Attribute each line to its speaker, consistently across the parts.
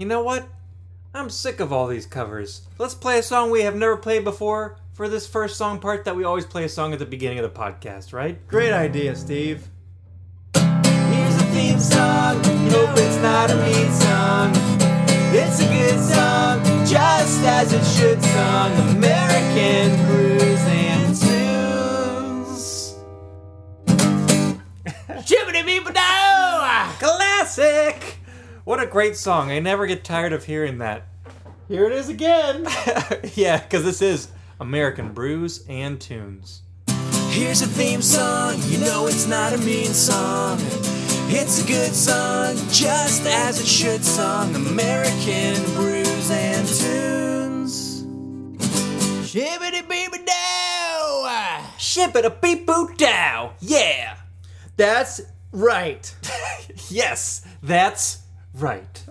Speaker 1: You know what? I'm sick of all these covers. Let's play a song we have never played before for this first song part that we always play a song at the beginning of the podcast, right?
Speaker 2: Great idea, Steve.
Speaker 1: Here's a theme song. Hope it's not a mean song. It's a good song, just as it should. Song American brews and tunes.
Speaker 2: Jiminy people now!
Speaker 1: Classic. What a great song! I never get tired of hearing that.
Speaker 2: Here it is again.
Speaker 1: yeah, because this is American brews and tunes.
Speaker 3: Here's a theme song, you know it's not a mean song. It's a good song, just as it should song. American brews and tunes.
Speaker 2: Jiminy baby now!
Speaker 1: Ship it a beep boot dow. Yeah.
Speaker 2: That's right.
Speaker 1: Yes, that's right.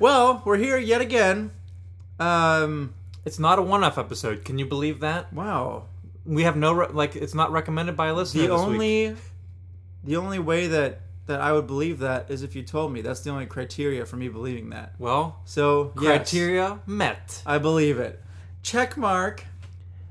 Speaker 2: Well, we're here yet again. Um,
Speaker 1: It's not a one-off episode. Can you believe that?
Speaker 2: wow.
Speaker 1: We have no re- like. It's not recommended by a listener.
Speaker 2: The
Speaker 1: this week.
Speaker 2: only, the only way that that I would believe that is if you told me. That's the only criteria for me believing that.
Speaker 1: well
Speaker 2: So yes,
Speaker 1: criteria met.
Speaker 2: I believe it. Check mark.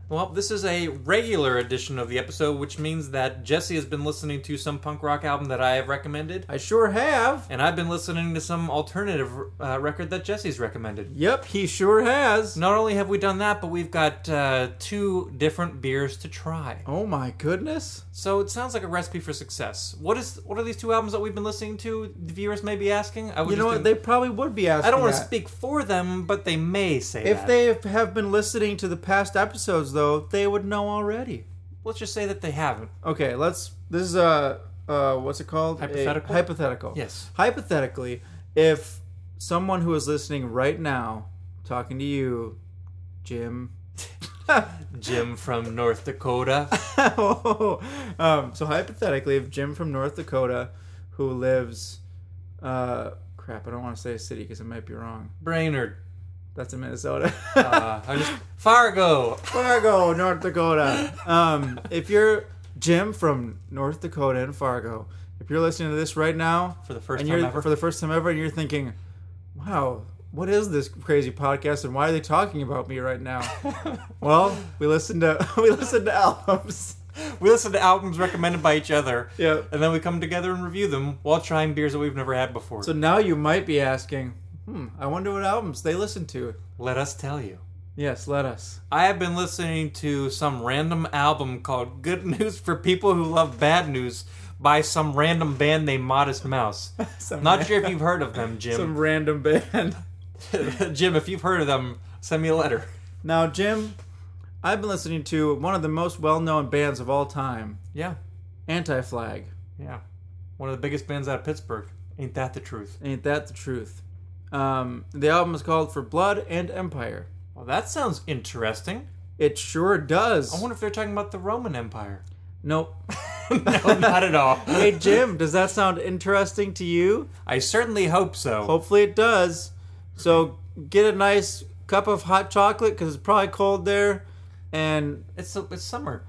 Speaker 1: Well, this is a regular edition of the episode, which means that Jesse has been listening to some punk rock album that I have recommended,
Speaker 2: I sure have.
Speaker 1: and I've been listening to some alternative uh, record that Jesse's recommended.
Speaker 2: Yep, he sure has.
Speaker 1: Not only have we done that, but we've got uh, two different beers to try.
Speaker 2: Oh my goodness.
Speaker 1: So it sounds like a recipe for success. What is? What are these two albums that we've been listening to? The viewers may be asking. I would
Speaker 2: You know
Speaker 1: just
Speaker 2: what? They probably would be asking.
Speaker 1: I don't want to
Speaker 2: that.
Speaker 1: speak for them, but they may say
Speaker 2: If
Speaker 1: that.
Speaker 2: they have been listening to the past episodes, though, they would know already.
Speaker 1: Let's just say that they haven't.
Speaker 2: Okay, let's. This is a uh, what's it called? A
Speaker 1: Hypothetical?
Speaker 2: hypothetical.
Speaker 1: Yes.
Speaker 2: Hypothetically, if someone who is listening right now, talking to you, Jim.
Speaker 1: Jim from North Dakota.
Speaker 2: um, so hypothetically, if Jim from North Dakota, who lives, uh, crap, I don't want to say a city because I might be wrong.
Speaker 1: Brainerd.
Speaker 2: That's in Minnesota.
Speaker 1: Uh, I just, Fargo.
Speaker 2: Fargo, North Dakota. Um, if you're Jim from North Dakota and Fargo, if you're listening to this right now
Speaker 1: For the first
Speaker 2: and
Speaker 1: time
Speaker 2: you're
Speaker 1: ever.
Speaker 2: for the first time ever, and you're thinking, "Wow, what is this crazy podcast? And why are they talking about me right now?" well, we listened to we listened to albums.
Speaker 1: we listen to albums recommended by each other.
Speaker 2: Yeah.
Speaker 1: And then we come together and review them while trying beers that we've never had before.
Speaker 2: So now you might be asking, "Hmm, I wonder what albums they listen to."
Speaker 1: Let us tell you.
Speaker 2: Yes, let us.
Speaker 1: I have been listening to some random album called Good News for People Who Love Bad News by some random band named Modest Mouse.
Speaker 2: Some
Speaker 1: Not
Speaker 2: ra-
Speaker 1: sure if you've heard of them, Jim.
Speaker 2: Some random band.
Speaker 1: Jim, if you've heard of them, send me a letter.
Speaker 2: Now, Jim, I've been listening to one of the most well-known bands of all time,
Speaker 1: Yeah.
Speaker 2: Anti Flag.
Speaker 1: Yeah. One of the biggest bands out of Pittsburgh. Ain't that the truth?
Speaker 2: Ain't that the truth? Um, the album is called For Blood and Empire.
Speaker 1: Well, that sounds interesting.
Speaker 2: It sure does.
Speaker 1: I wonder if they're talking about the Roman Empire.
Speaker 2: nope.
Speaker 1: no, not at all.
Speaker 2: hey, Jim, does that sound interesting to you?
Speaker 1: I certainly hope so.
Speaker 2: Hopefully it does. So get a nice cup of hot chocolate because it's probably cold there. And,
Speaker 1: It's, it's summer.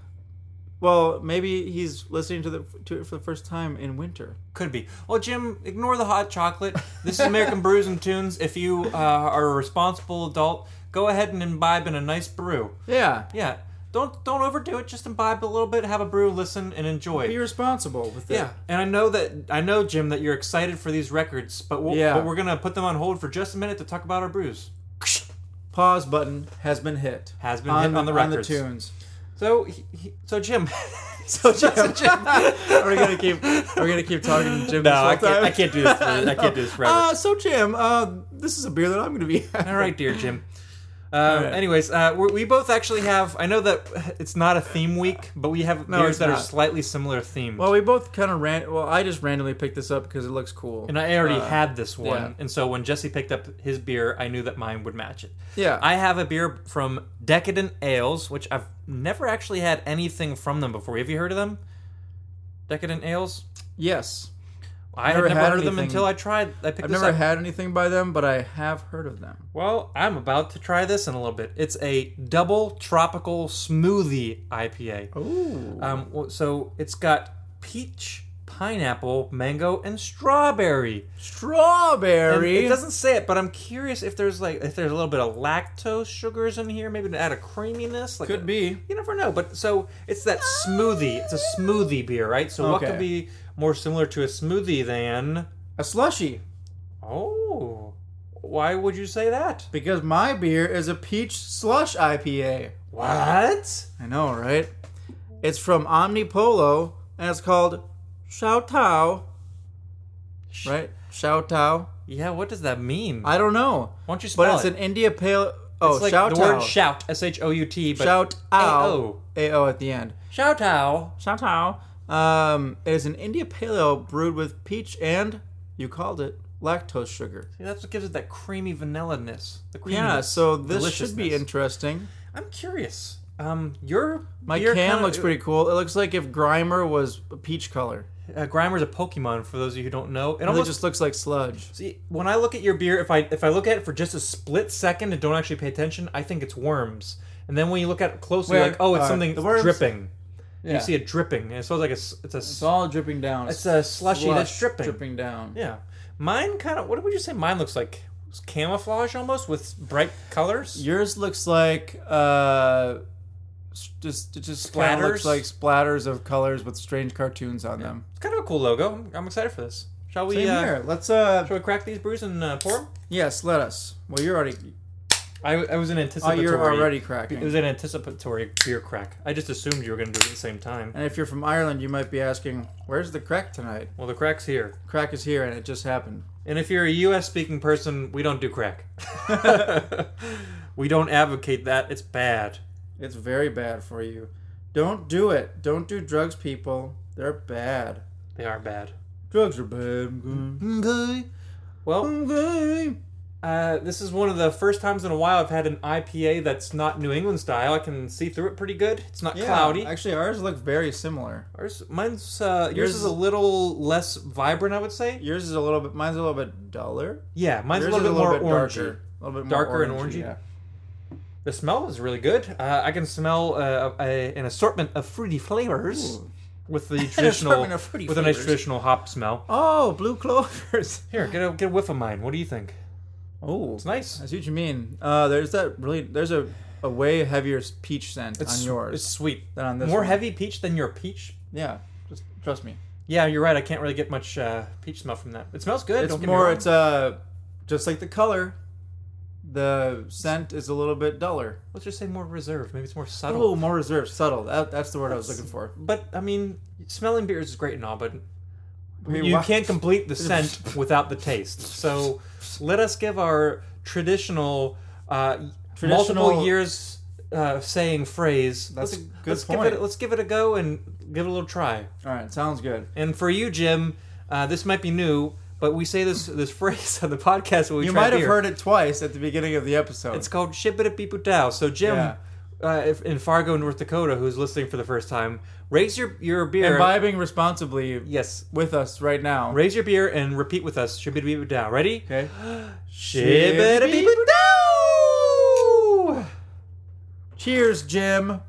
Speaker 2: well, maybe he's listening to, the, to it for the first time in winter.
Speaker 1: Could be. Well, Jim, ignore the hot chocolate. This is American Brews and Tunes. If you uh, are a responsible adult, go ahead and imbibe in a nice brew.
Speaker 2: Yeah.
Speaker 1: Yeah. Don't don't overdo it. Just imbibe a little bit, have a brew, listen, and enjoy.
Speaker 2: Be responsible with it.
Speaker 1: Yeah, and I know that I know Jim that you're excited for these records, but we'll,
Speaker 2: Yeah.
Speaker 1: but we're gonna put them on hold for just a minute to talk about our brews.
Speaker 2: Pause button has been hit.
Speaker 1: Has been hit on the
Speaker 2: On the
Speaker 1: records.
Speaker 2: tunes.
Speaker 1: So, he, he- so Jim, Oh,
Speaker 2: So Jim, are we gonna keep? Are we gonna keep talking to Jim? this whole time?
Speaker 1: do this. For, I can't do this
Speaker 2: Uh, so Jim, uh, this is a beer that I'm gonna be.
Speaker 1: All right, dear Jim. Uh,
Speaker 2: right.
Speaker 1: Anyways, uh, we're, we both actually have. I know that it's not a theme week, but we have
Speaker 2: No,
Speaker 1: beers
Speaker 2: it's
Speaker 1: that are
Speaker 2: not.
Speaker 1: slightly similar themed.
Speaker 2: Well, we both kind of ran. Well, I just randomly picked this up because it looks cool.
Speaker 1: and I already
Speaker 2: uh,
Speaker 1: had this one,
Speaker 2: yeah.
Speaker 1: and so when Jesse picked up his beer, I knew that mine would match it.
Speaker 2: yeah,
Speaker 1: I have a beer from Decadent Ales, which I've never actually had anything from them before. Have you heard of them? Decadent Ales?
Speaker 2: yes.
Speaker 1: I
Speaker 2: Never
Speaker 1: had never
Speaker 2: had
Speaker 1: heard of them
Speaker 2: anything.
Speaker 1: until I tried. I picked
Speaker 2: I've
Speaker 1: this
Speaker 2: never
Speaker 1: up.
Speaker 2: had anything by them, but I have heard of them.
Speaker 1: well, I'm about to try this in a little bit. It's a double tropical smoothie IPA.
Speaker 2: Ooh.
Speaker 1: Um, well, so it's got peach, pineapple, mango, and strawberry. And
Speaker 2: Strawberry.
Speaker 1: It doesn't say it, but I'm curious if there's like if there's a little bit of lactose sugars in here, maybe to add a creaminess. Like
Speaker 2: Could be.
Speaker 1: You never know. But so it's that smoothie. It's a smoothie beer, right? So what
Speaker 2: Okay.
Speaker 1: could be more similar to a smoothie than?
Speaker 2: a slushy
Speaker 1: Oh, why would you say that?
Speaker 2: because my beer is a peach slush IPA.
Speaker 1: What?
Speaker 2: I know, right? It's from Omnipolo and it's called Shao Tao. Right? Shao Tao.
Speaker 1: Yeah. What does that mean?
Speaker 2: I don't know.
Speaker 1: Why don't you spell
Speaker 2: But it's
Speaker 1: it?
Speaker 2: an India Pale. Oh,
Speaker 1: it's like
Speaker 2: Shao
Speaker 1: the
Speaker 2: Tao.
Speaker 1: word shout, S H O U T, but
Speaker 2: Shout out.
Speaker 1: A-O.
Speaker 2: AO at the end.
Speaker 1: shout out.
Speaker 2: Shout out. Um, it is an India Pale Ale brewed with peach and, you called it, lactose sugar.
Speaker 1: See, that's what gives it that creamy vanilla-ness. The creaminess.
Speaker 2: Yeah, so this should be
Speaker 1: deliciousness.
Speaker 2: interesting.
Speaker 1: I'm curious. Um, your
Speaker 2: My
Speaker 1: beer
Speaker 2: can
Speaker 1: kinda-
Speaker 2: looks pretty cool. It looks like if Grimer was a peach color.
Speaker 1: Uh, Grimer's a Pokemon. For those of you who don't know, it
Speaker 2: It
Speaker 1: almost
Speaker 2: just looks like sludge.
Speaker 1: see when I look at your beer. If I if I look at it for just a split second and don't actually pay attention, I think it's worms. And then when you look at it closely,
Speaker 2: Where
Speaker 1: you're like, oh, it's
Speaker 2: are
Speaker 1: something
Speaker 2: the worms?
Speaker 1: dripping.
Speaker 2: Yeah.
Speaker 1: You see it dripping, and it smells like a s it's a
Speaker 2: It's
Speaker 1: s
Speaker 2: all dripping down.
Speaker 1: It's a slushy that's
Speaker 2: Slush
Speaker 1: dripping.
Speaker 2: Dripping down.
Speaker 1: yeah. Mine kind of. What would you say? Mine looks like It's camouflage almost with bright colors.
Speaker 2: Yours looks like uh, s- just it just kinda
Speaker 1: Splatters?
Speaker 2: looks like splatters of colors with strange cartoons on them.
Speaker 1: It's kind of a cool logo. I'm, I'm excited for this. Shall we?
Speaker 2: Same
Speaker 1: uh,
Speaker 2: here. Let's uh,
Speaker 1: Shall we crack these brews and uh, pour 'em?
Speaker 2: yes, let us. Well, you're already
Speaker 1: I, I was in
Speaker 2: oh,
Speaker 1: anticipatory.
Speaker 2: you're already
Speaker 1: It
Speaker 2: cracking.
Speaker 1: was an anticipatory beer crack. I just assumed you were going to do it at the same time.
Speaker 2: And if you're from Ireland, you might be asking, "Where's the crack tonight?"
Speaker 1: Well, the crack's here.
Speaker 2: Crack is here, and it just happened.
Speaker 1: And if you're a U.S. speaking person, we don't do crack. we don't advocate that. It's bad.
Speaker 2: It's very bad for you. Don't do it. Don't do drugs, people. They're bad.
Speaker 1: They are bad.
Speaker 2: Drugs are bad.
Speaker 1: Mm-hmm. Well, uh, this is one of the first times in a while I've had an IPA that's not New England style. I can see through it pretty good. It's not
Speaker 2: Yeah,
Speaker 1: cloudy.
Speaker 2: Actually, ours look very similar.
Speaker 1: Ours, mine's uh, yours
Speaker 2: Yours
Speaker 1: is
Speaker 2: is-
Speaker 1: a little less vibrant, I would say.
Speaker 2: Yours is a little bit. Mine's a little bit duller.
Speaker 1: Yeah, mine's
Speaker 2: Yours
Speaker 1: a little
Speaker 2: is
Speaker 1: bit more orangey.
Speaker 2: darker. A little bit
Speaker 1: Darker
Speaker 2: more
Speaker 1: and orangey?
Speaker 2: Yeah.
Speaker 1: The smell is really good. Uh, I can smell uh, a, an assortment of fruity flavors
Speaker 2: Ooh.
Speaker 1: with the traditional
Speaker 2: assortment of fruity
Speaker 1: with a nice
Speaker 2: flavors.
Speaker 1: traditional hop smell.
Speaker 2: Oh, blue clovers.
Speaker 1: Here, get a get a whiff of mine. What do you think?
Speaker 2: Oh,
Speaker 1: It's nice.
Speaker 2: I see what you mean. Uh, there's that really. There's a, a way heavier s- peach scent
Speaker 1: It's
Speaker 2: on
Speaker 1: s-
Speaker 2: yours
Speaker 1: It's sweet.
Speaker 2: than on this.
Speaker 1: More
Speaker 2: one.
Speaker 1: heavy peach than your peach.
Speaker 2: Yeah, just trust me.
Speaker 1: Yeah, you're right. I can't really get much uh, peach smell from that. It smells good.
Speaker 2: It's
Speaker 1: don't get me
Speaker 2: more.
Speaker 1: wrong.
Speaker 2: It's uh, just like the color. The scent is a little bit duller.
Speaker 1: Let's just say more reserved. Maybe it's more subtle.
Speaker 2: Oh, more reserved, subtle. That, that's the word I was looking for.
Speaker 1: But I mean, smelling beers is great and all, but
Speaker 2: Wait,
Speaker 1: you
Speaker 2: why-
Speaker 1: can't complete the scent without the taste. So let us give our traditional, uh, multiple
Speaker 2: Traditional-
Speaker 1: years uh, saying phrase.
Speaker 2: That's
Speaker 1: let's,
Speaker 2: a good
Speaker 1: let's
Speaker 2: point.
Speaker 1: Give it, let's give it a go and give it a little try.
Speaker 2: All right, sounds good.
Speaker 1: And for you, Jim, uh, this might be new, but we say this this phrase on the podcast when we
Speaker 2: You
Speaker 1: try
Speaker 2: might have
Speaker 1: beer.
Speaker 2: heard it twice at the beginning of the episode.
Speaker 1: It's called Shibbida Beeputao. So Jim.
Speaker 2: Yeah.
Speaker 1: Uh, if, in Fargo, North Dakota, who's listening for the first time, raise your, your beer.
Speaker 2: imbibing responsibly
Speaker 1: yes,
Speaker 2: with us right now.
Speaker 1: Raise your beer and repeat with us. Shibidi-bidi-dow. Ready?
Speaker 2: Okay.
Speaker 1: Shibidi-bidi-dow!
Speaker 2: Cheers, Jim.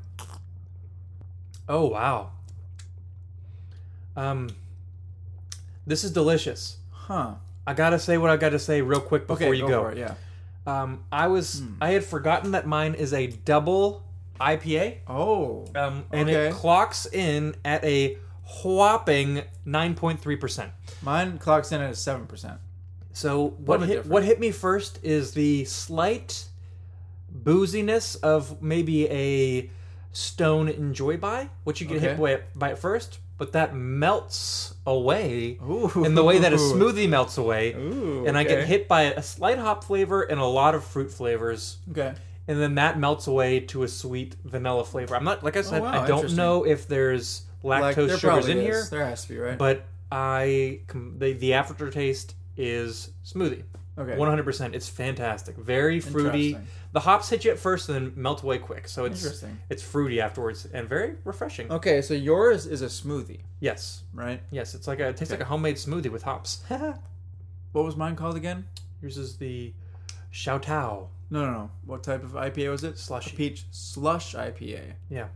Speaker 1: Oh wow. Um, this is delicious.
Speaker 2: Huh.
Speaker 1: I gotta say what I gotta say real quick before you
Speaker 2: go,
Speaker 1: go.
Speaker 2: for it, yeah. Hmm.
Speaker 1: Um, I was I had forgotten that mine is a double IPA.
Speaker 2: Oh.
Speaker 1: Um, and it
Speaker 2: Okay.
Speaker 1: clocks in at a whopping nine point three percent.
Speaker 2: Mine clocks in at seven percent.
Speaker 1: So what
Speaker 2: a
Speaker 1: hit, what hit me first is the slight booziness of maybe a stone enjoy by, which you get hit
Speaker 2: Okay.
Speaker 1: by, by at first, but that melts away
Speaker 2: Ooh.
Speaker 1: in the way that a smoothie melts away.
Speaker 2: Ooh,
Speaker 1: and I get
Speaker 2: okay.
Speaker 1: hit by a slight hop flavor and a lot of fruit flavors.
Speaker 2: Okay.
Speaker 1: And then that melts away to a sweet vanilla flavor. I'm not like I said,
Speaker 2: Oh, wow,
Speaker 1: I don't
Speaker 2: interesting.
Speaker 1: know if there's
Speaker 2: Like,
Speaker 1: lactose
Speaker 2: there
Speaker 1: sugars
Speaker 2: probably
Speaker 1: in
Speaker 2: is.
Speaker 1: here
Speaker 2: There has to be, right?
Speaker 1: but I com- the, the aftertaste is smoothie.
Speaker 2: Okay.
Speaker 1: One hundred percent. It's fantastic. Very fruity.
Speaker 2: Interesting.
Speaker 1: The hops hit you at first and then melt away quick. So it's
Speaker 2: Interesting. Oh.
Speaker 1: it's fruity afterwards and very refreshing.
Speaker 2: okay, so yours is a smoothie,
Speaker 1: Yes.
Speaker 2: right?
Speaker 1: Yes, it's like a, it tastes like a homemade smoothie with hops.
Speaker 2: What was mine called again?
Speaker 1: Yours is the Xiaotao.
Speaker 2: No, no, no. What type of IPA was it?
Speaker 1: Slushy.
Speaker 2: A peach slush IPA.
Speaker 1: Yeah.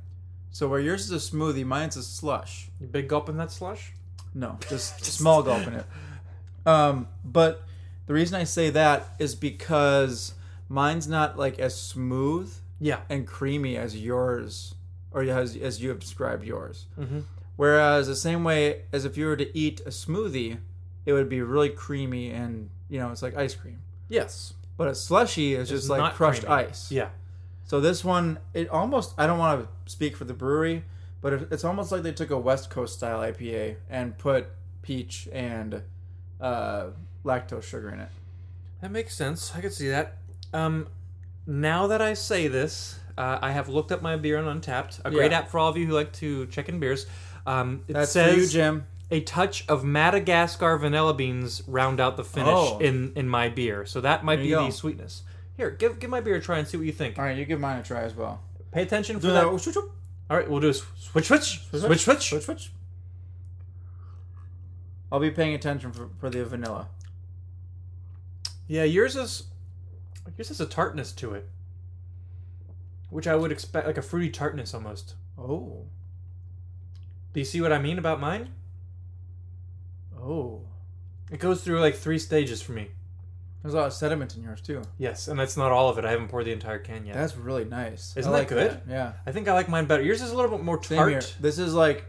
Speaker 2: So where yours is a smoothie, mine's a slush.
Speaker 1: You big gulp in that slush?
Speaker 2: No, just, small gulp in it. Um, but the reason I say that is because mine's not like as smooth
Speaker 1: Yeah.
Speaker 2: and creamy as yours, or as as you have described yours.
Speaker 1: Mm-hmm.
Speaker 2: Whereas the same way as if you were to eat a smoothie, it would be really creamy and you know it's like ice cream.
Speaker 1: Yes.
Speaker 2: But a slushy is just like
Speaker 1: not
Speaker 2: crushed
Speaker 1: creamy.
Speaker 2: ice.
Speaker 1: Yeah.
Speaker 2: So this one, it almost I don't want to speak for the brewery, but it, it's almost like they took a West Coast style IPA and put peach and uh, lactose sugar in it.
Speaker 1: That makes sense. I could see that. Um, now that I say this, uh, I have looked up my beer on Untapped, a great
Speaker 2: Yeah.
Speaker 1: app for all of you who like to check in beers. Um, it
Speaker 2: That's
Speaker 1: says
Speaker 2: for you, Jim.
Speaker 1: a touch of Madagascar vanilla beans round out the finish
Speaker 2: Oh.
Speaker 1: in in my beer. So that might
Speaker 2: There
Speaker 1: be
Speaker 2: you go.
Speaker 1: the sweetness. Here, give give my beer a try and see what you think.
Speaker 2: All right, you give mine a try as well.
Speaker 1: Pay attention for
Speaker 2: Do
Speaker 1: that.
Speaker 2: that. Switch,
Speaker 1: All right, we'll do a s- switch, switch, switch, switch.
Speaker 2: switch, switch. I'll be paying attention for, for the vanilla.
Speaker 1: Yeah, yours is yours has a tartness to it, which I would expect, like a fruity tartness almost.
Speaker 2: Oh,
Speaker 1: Do you see what I mean about mine?
Speaker 2: oh.
Speaker 1: It goes through like three stages for me.
Speaker 2: There's a lot of sediment in yours too.
Speaker 1: Yes, and that's not all of it. I haven't poured the entire can yet.
Speaker 2: That's really nice.
Speaker 1: Isn't
Speaker 2: I
Speaker 1: that
Speaker 2: like
Speaker 1: good?
Speaker 2: Yeah.
Speaker 1: I think I like mine better. Yours is a little bit more
Speaker 2: Same
Speaker 1: tart.
Speaker 2: here. This is like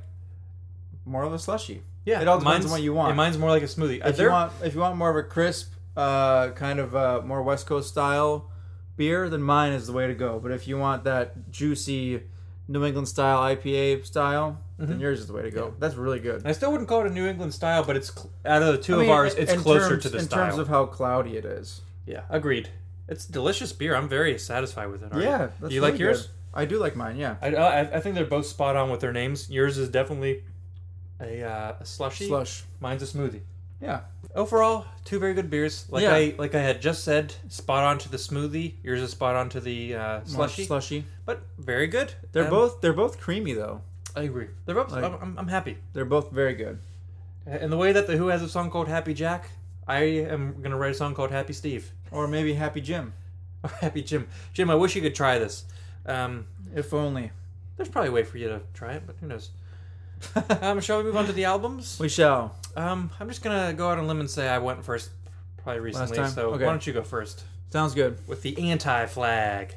Speaker 2: more of a slushy.
Speaker 1: Yeah,
Speaker 2: It all depends on
Speaker 1: mine's-
Speaker 2: what you want.
Speaker 1: yeah, mine's more like a smoothie. Uh,
Speaker 2: if you
Speaker 1: there,
Speaker 2: want if you want more of a crisp uh, kind of uh, more west coast style beer then mine is the way to go but if you want that juicy new england style ipa style then yours is the way to go that's really good
Speaker 1: I still wouldn't call it a New England style, but it's cl- out of the two
Speaker 2: I mean,
Speaker 1: of ours, it's
Speaker 2: in
Speaker 1: closer
Speaker 2: terms-
Speaker 1: to the
Speaker 2: in
Speaker 1: style.
Speaker 2: terms of how cloudy it is
Speaker 1: yeah, agreed. It's delicious beer. I'm very satisfied with it. Ari.
Speaker 2: yeah that's
Speaker 1: you
Speaker 2: really
Speaker 1: like yours?
Speaker 2: good. i do like mine yeah
Speaker 1: I, I, I think they're both spot on with their names. Yours is definitely a, uh, a slushy.
Speaker 2: slush
Speaker 1: Mine's a smoothie.
Speaker 2: yeah
Speaker 1: Overall, two very good beers. Like
Speaker 2: Yeah.
Speaker 1: I like I had just said, spot on to the smoothie. Yours is spot on to the uh,
Speaker 2: more
Speaker 1: slushy,
Speaker 2: slushy
Speaker 1: but very good.
Speaker 2: they're
Speaker 1: Um,
Speaker 2: both they're both creamy though
Speaker 1: I agree. They're both.
Speaker 2: Like-
Speaker 1: I'm, I'm, I'm happy.
Speaker 2: they're both very good
Speaker 1: And the way that the Who has a song called Happy Jack, I am gonna write a song called Happy Steve
Speaker 2: or maybe happy jim
Speaker 1: or Happy Jim. Jim, I wish you could try this. Um,
Speaker 2: if only
Speaker 1: there's probably a way for you to try it, but who knows. um, shall we move on to the albums?
Speaker 2: we shall
Speaker 1: Um, I'm just gonna go out on a limb and say I went first, probably recently.
Speaker 2: time?
Speaker 1: So
Speaker 2: Okay.
Speaker 1: why don't you go first
Speaker 2: sounds good
Speaker 1: with the anti flag?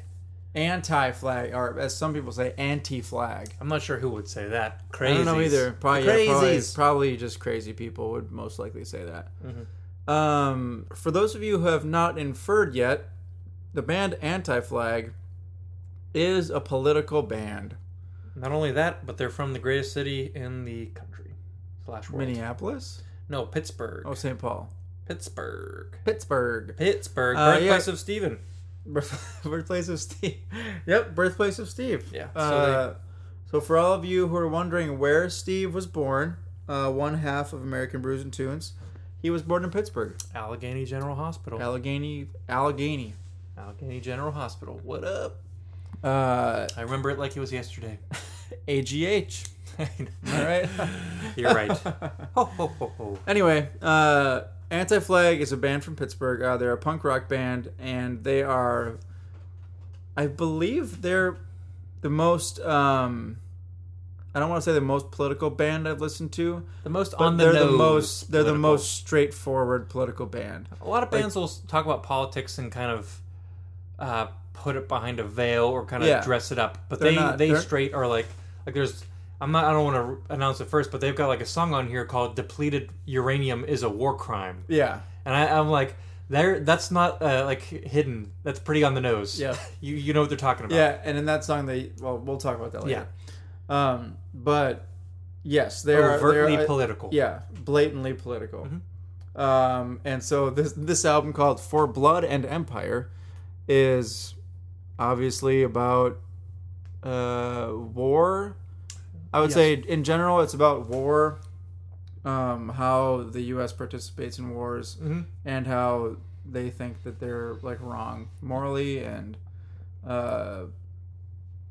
Speaker 2: anti-flag or as some people say anti-flag
Speaker 1: I'm not sure who would say that. Crazy.
Speaker 2: I don't know either. Probably,
Speaker 1: The
Speaker 2: yeah, probably,
Speaker 1: crazies.
Speaker 2: probably just crazy people would most likely say that. Um, for those of you who have not inferred yet, the band Anti Flag is a political band.
Speaker 1: Not only that, but they're from the greatest city in the country slash world.
Speaker 2: Minneapolis?
Speaker 1: No, Pittsburgh.
Speaker 2: Oh, St. Paul.
Speaker 1: Pittsburgh.
Speaker 2: Pittsburgh.
Speaker 1: Pittsburgh,
Speaker 2: Uh,
Speaker 1: birthplace
Speaker 2: yeah.
Speaker 1: of Stephen.
Speaker 2: birthplace of Steve. Yep, birthplace of Steve.
Speaker 1: Yeah, so
Speaker 2: So, uh, so for all of you who are wondering where Steve was born, uh, one half of American Brews and Tunes, he was born in Pittsburgh,
Speaker 1: Allegheny General Hospital.
Speaker 2: Allegheny, Allegheny.
Speaker 1: Allegheny General Hospital. What up?
Speaker 2: Uh,
Speaker 1: I remember it like it was yesterday.
Speaker 2: AGH. All right.
Speaker 1: You're right. ho, ho, ho, ho.
Speaker 2: anyway, uh, Anti Flag is a band from Pittsburgh. Uh, they're a punk rock band, and they are, I believe, they're the most. Um, I don't want to say the most political band I've listened to,
Speaker 1: The most
Speaker 2: but
Speaker 1: on the
Speaker 2: they're
Speaker 1: nose.
Speaker 2: the most they're the
Speaker 1: political.
Speaker 2: most straightforward political band.
Speaker 1: A lot of bands will s- talk about politics and kind of uh, put it behind a veil or kind of
Speaker 2: Yeah.
Speaker 1: dress it up, but
Speaker 2: They're
Speaker 1: they
Speaker 2: not-
Speaker 1: they
Speaker 2: they're-
Speaker 1: straight are like like there's. I'm not. I don't want to announce it first, but they've got like a song on here called "Depleted Uranium is a War Crime,"
Speaker 2: Yeah,
Speaker 1: and I, I'm like, there. That's not uh, like hidden. That's pretty on the nose.
Speaker 2: Yeah.
Speaker 1: you you know what they're talking about.
Speaker 2: yeah, and in that song they well we'll talk about that
Speaker 1: Oh. yeah. Oh,
Speaker 2: later. Um, but yes, they are
Speaker 1: overtly
Speaker 2: they are,
Speaker 1: political.
Speaker 2: Yeah, blatantly political.
Speaker 1: Mm-hmm.
Speaker 2: Um, and so this this album called For Blood and Empire is obviously about uh, war. I would say in general it's about war, um, how the U.S. participates in wars,
Speaker 1: Mm-hmm.
Speaker 2: and how they think that they're like wrong morally and. Uh,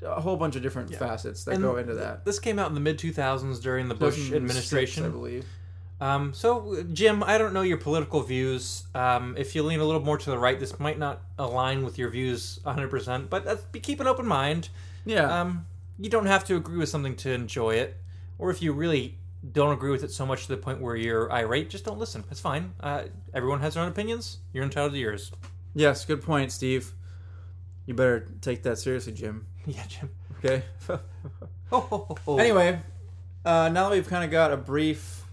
Speaker 2: a whole bunch of different facets that
Speaker 1: And
Speaker 2: go into that.
Speaker 1: This came out in the mid 2000s during the Bush
Speaker 2: 2006, I
Speaker 1: administration.
Speaker 2: believe.
Speaker 1: Um, so, Jim, I don't know your political views. Um, if you lean a little more to the right, this might not align with your views 100%, but that's, be, keep an open mind.
Speaker 2: Yeah.
Speaker 1: Um, you don't have to agree with something to enjoy it. Or if you really don't agree with it so much to the point where you're irate, just don't listen. It's fine. Uh, everyone has their own opinions. You're entitled to yours.
Speaker 2: Yes, good point, Steve. You better take that seriously, Jim.
Speaker 1: Yeah, Jim.
Speaker 2: Okay.
Speaker 1: Oh, ho, ho, ho.
Speaker 2: anyway, uh, now that we've kind of got a brief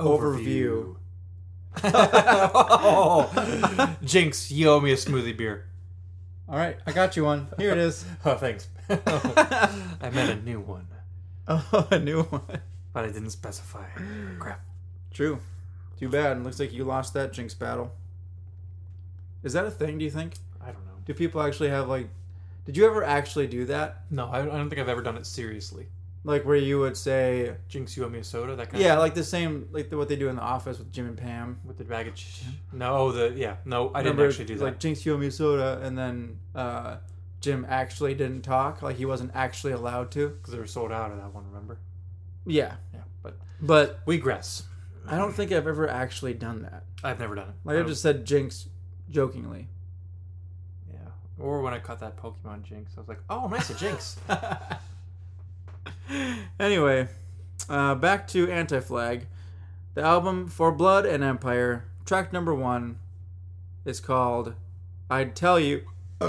Speaker 2: overview.
Speaker 1: Oh. Jinx, you owe me a smoothie beer.
Speaker 2: All right, I got you one. Here it is.
Speaker 1: Oh, thanks. I meant a new one,
Speaker 2: Oh, a new one.
Speaker 1: but I didn't specify. Crap.
Speaker 2: True. Too bad. Looks like you lost that Jinx battle. Is that a thing? Do you think?
Speaker 1: I don't know.
Speaker 2: Do people actually have like? Did you ever actually do that?
Speaker 1: No, I I don't think I've ever done it seriously.
Speaker 2: Like where you would say,
Speaker 1: Jinx, you owe me a soda. That kind of
Speaker 2: yeah, like the same, like the, what they do in the office with Jim and Pam.
Speaker 1: with the baggage. No, oh, the yeah, no, I didn't
Speaker 2: Remember,
Speaker 1: actually do that.
Speaker 2: Like Jinx, you owe me a soda, and then uh, Jim actually didn't talk. Like he wasn't actually allowed to.
Speaker 1: because they were sold out of that one. Remember?
Speaker 2: Yeah,
Speaker 1: Yeah, but
Speaker 2: but
Speaker 1: we gress.
Speaker 2: I don't think I've ever actually done that.
Speaker 1: I've never done it. I
Speaker 2: Like I
Speaker 1: don't-
Speaker 2: just said Jinx jokingly.
Speaker 1: yeah. Or when I caught that Pokemon Jinx, I was like, oh, nice a Jinx.
Speaker 2: Anyway, uh, back to Anti Flag. The album For Blood and Empire, track number one, is called I'd Tell You.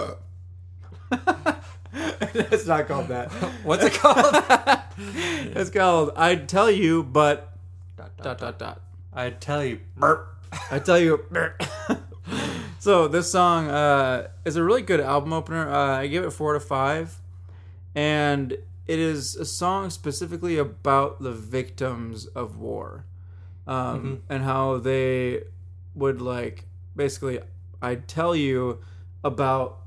Speaker 2: it's not called that.
Speaker 1: What's it called?
Speaker 2: It's called I'd Tell You, but.
Speaker 1: Dot, dot,
Speaker 2: Dot,
Speaker 1: dot.
Speaker 2: dot, dot.
Speaker 1: I tell you, burp.
Speaker 2: I tell you. so this song uh, is a really good album opener. Uh, I give it four to five, and it is a song specifically about the victims of war, um, and how they would like basically. I tell you about,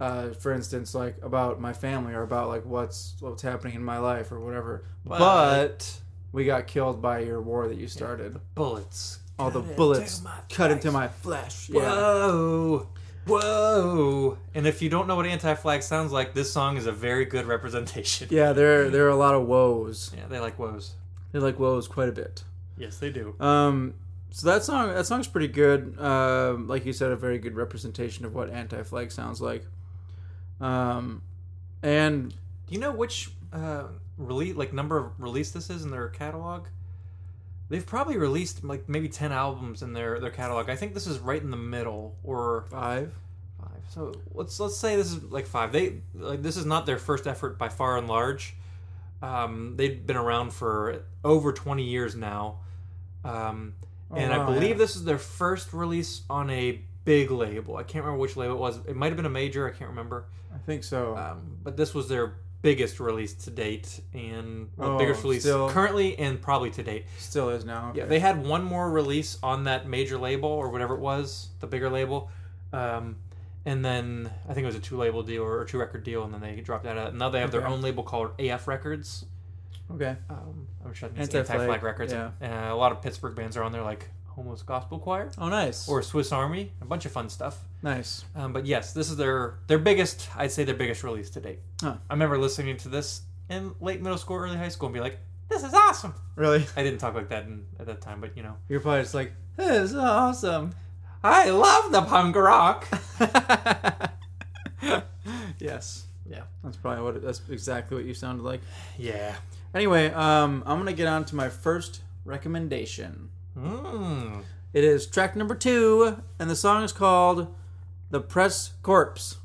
Speaker 2: uh, for instance, like about my family or about like what's what's happening in my life or whatever. But, we got killed by your war that you started
Speaker 1: bullets.
Speaker 2: all the bullets cut into my flesh. Yeah.
Speaker 1: Whoa. Whoa. And if you don't know what anti flag sounds like, this song is a very good representation.
Speaker 2: Yeah, there there are a lot of woes.
Speaker 1: Yeah, they like woes.
Speaker 2: They like woes quite a bit.
Speaker 1: Yes, they do.
Speaker 2: Um so that song that song's pretty good. Um like you said, a very good representation of what anti flag sounds like. Um and
Speaker 1: Do you know which uh, release, like number of release this is in their catalog? They've probably released like maybe ten albums in their their catalog. I think this is right in the middle or
Speaker 2: five.
Speaker 1: five. So let's let's say this is like five. They like this is not their first effort by far and large. Um, they've been around for over twenty years now, um, and I
Speaker 2: wow,
Speaker 1: believe
Speaker 2: Oh, yeah.
Speaker 1: this is their first release on a big label. I can't remember which label it was. It might have been a major. I can't remember.
Speaker 2: I think so.
Speaker 1: Um, but this was their biggest release to date, and well,
Speaker 2: Oh,
Speaker 1: biggest release
Speaker 2: still-
Speaker 1: currently and probably to date.
Speaker 2: Still is now.
Speaker 1: Yeah, they had one more release on that major label or whatever it was, the bigger label, um, and then I think it was a two label deal or a two record deal, and then they dropped that out. Now they have their
Speaker 2: Okay.
Speaker 1: own label called AF Records.
Speaker 2: Okay.
Speaker 1: Um, I'm sure it's
Speaker 2: Anti-Flag,
Speaker 1: Anti Flag Records.
Speaker 2: yeah.
Speaker 1: And a lot of Pittsburgh bands are on there, like Homeless Gospel Choir
Speaker 2: Oh nice.
Speaker 1: or Swiss Army, a bunch of fun stuff.
Speaker 2: nice.
Speaker 1: Um, but yes, this is their their biggest. I'd say their biggest release to date.
Speaker 2: Huh.
Speaker 1: I remember listening to this in late middle school, early high school, and be like, "This is awesome."
Speaker 2: Really?
Speaker 1: I didn't talk like that in, at that time, but you know,
Speaker 2: You're probably just like, this is awesome.
Speaker 1: I love the punk rock.
Speaker 2: yes.
Speaker 1: yeah,
Speaker 2: That's probably what it, that's exactly what you sounded like.
Speaker 1: yeah.
Speaker 2: Anyway, um, I'm gonna get on to my first recommendation.
Speaker 1: Mm.
Speaker 2: It is track number two, and the song is called "The Press Corpse."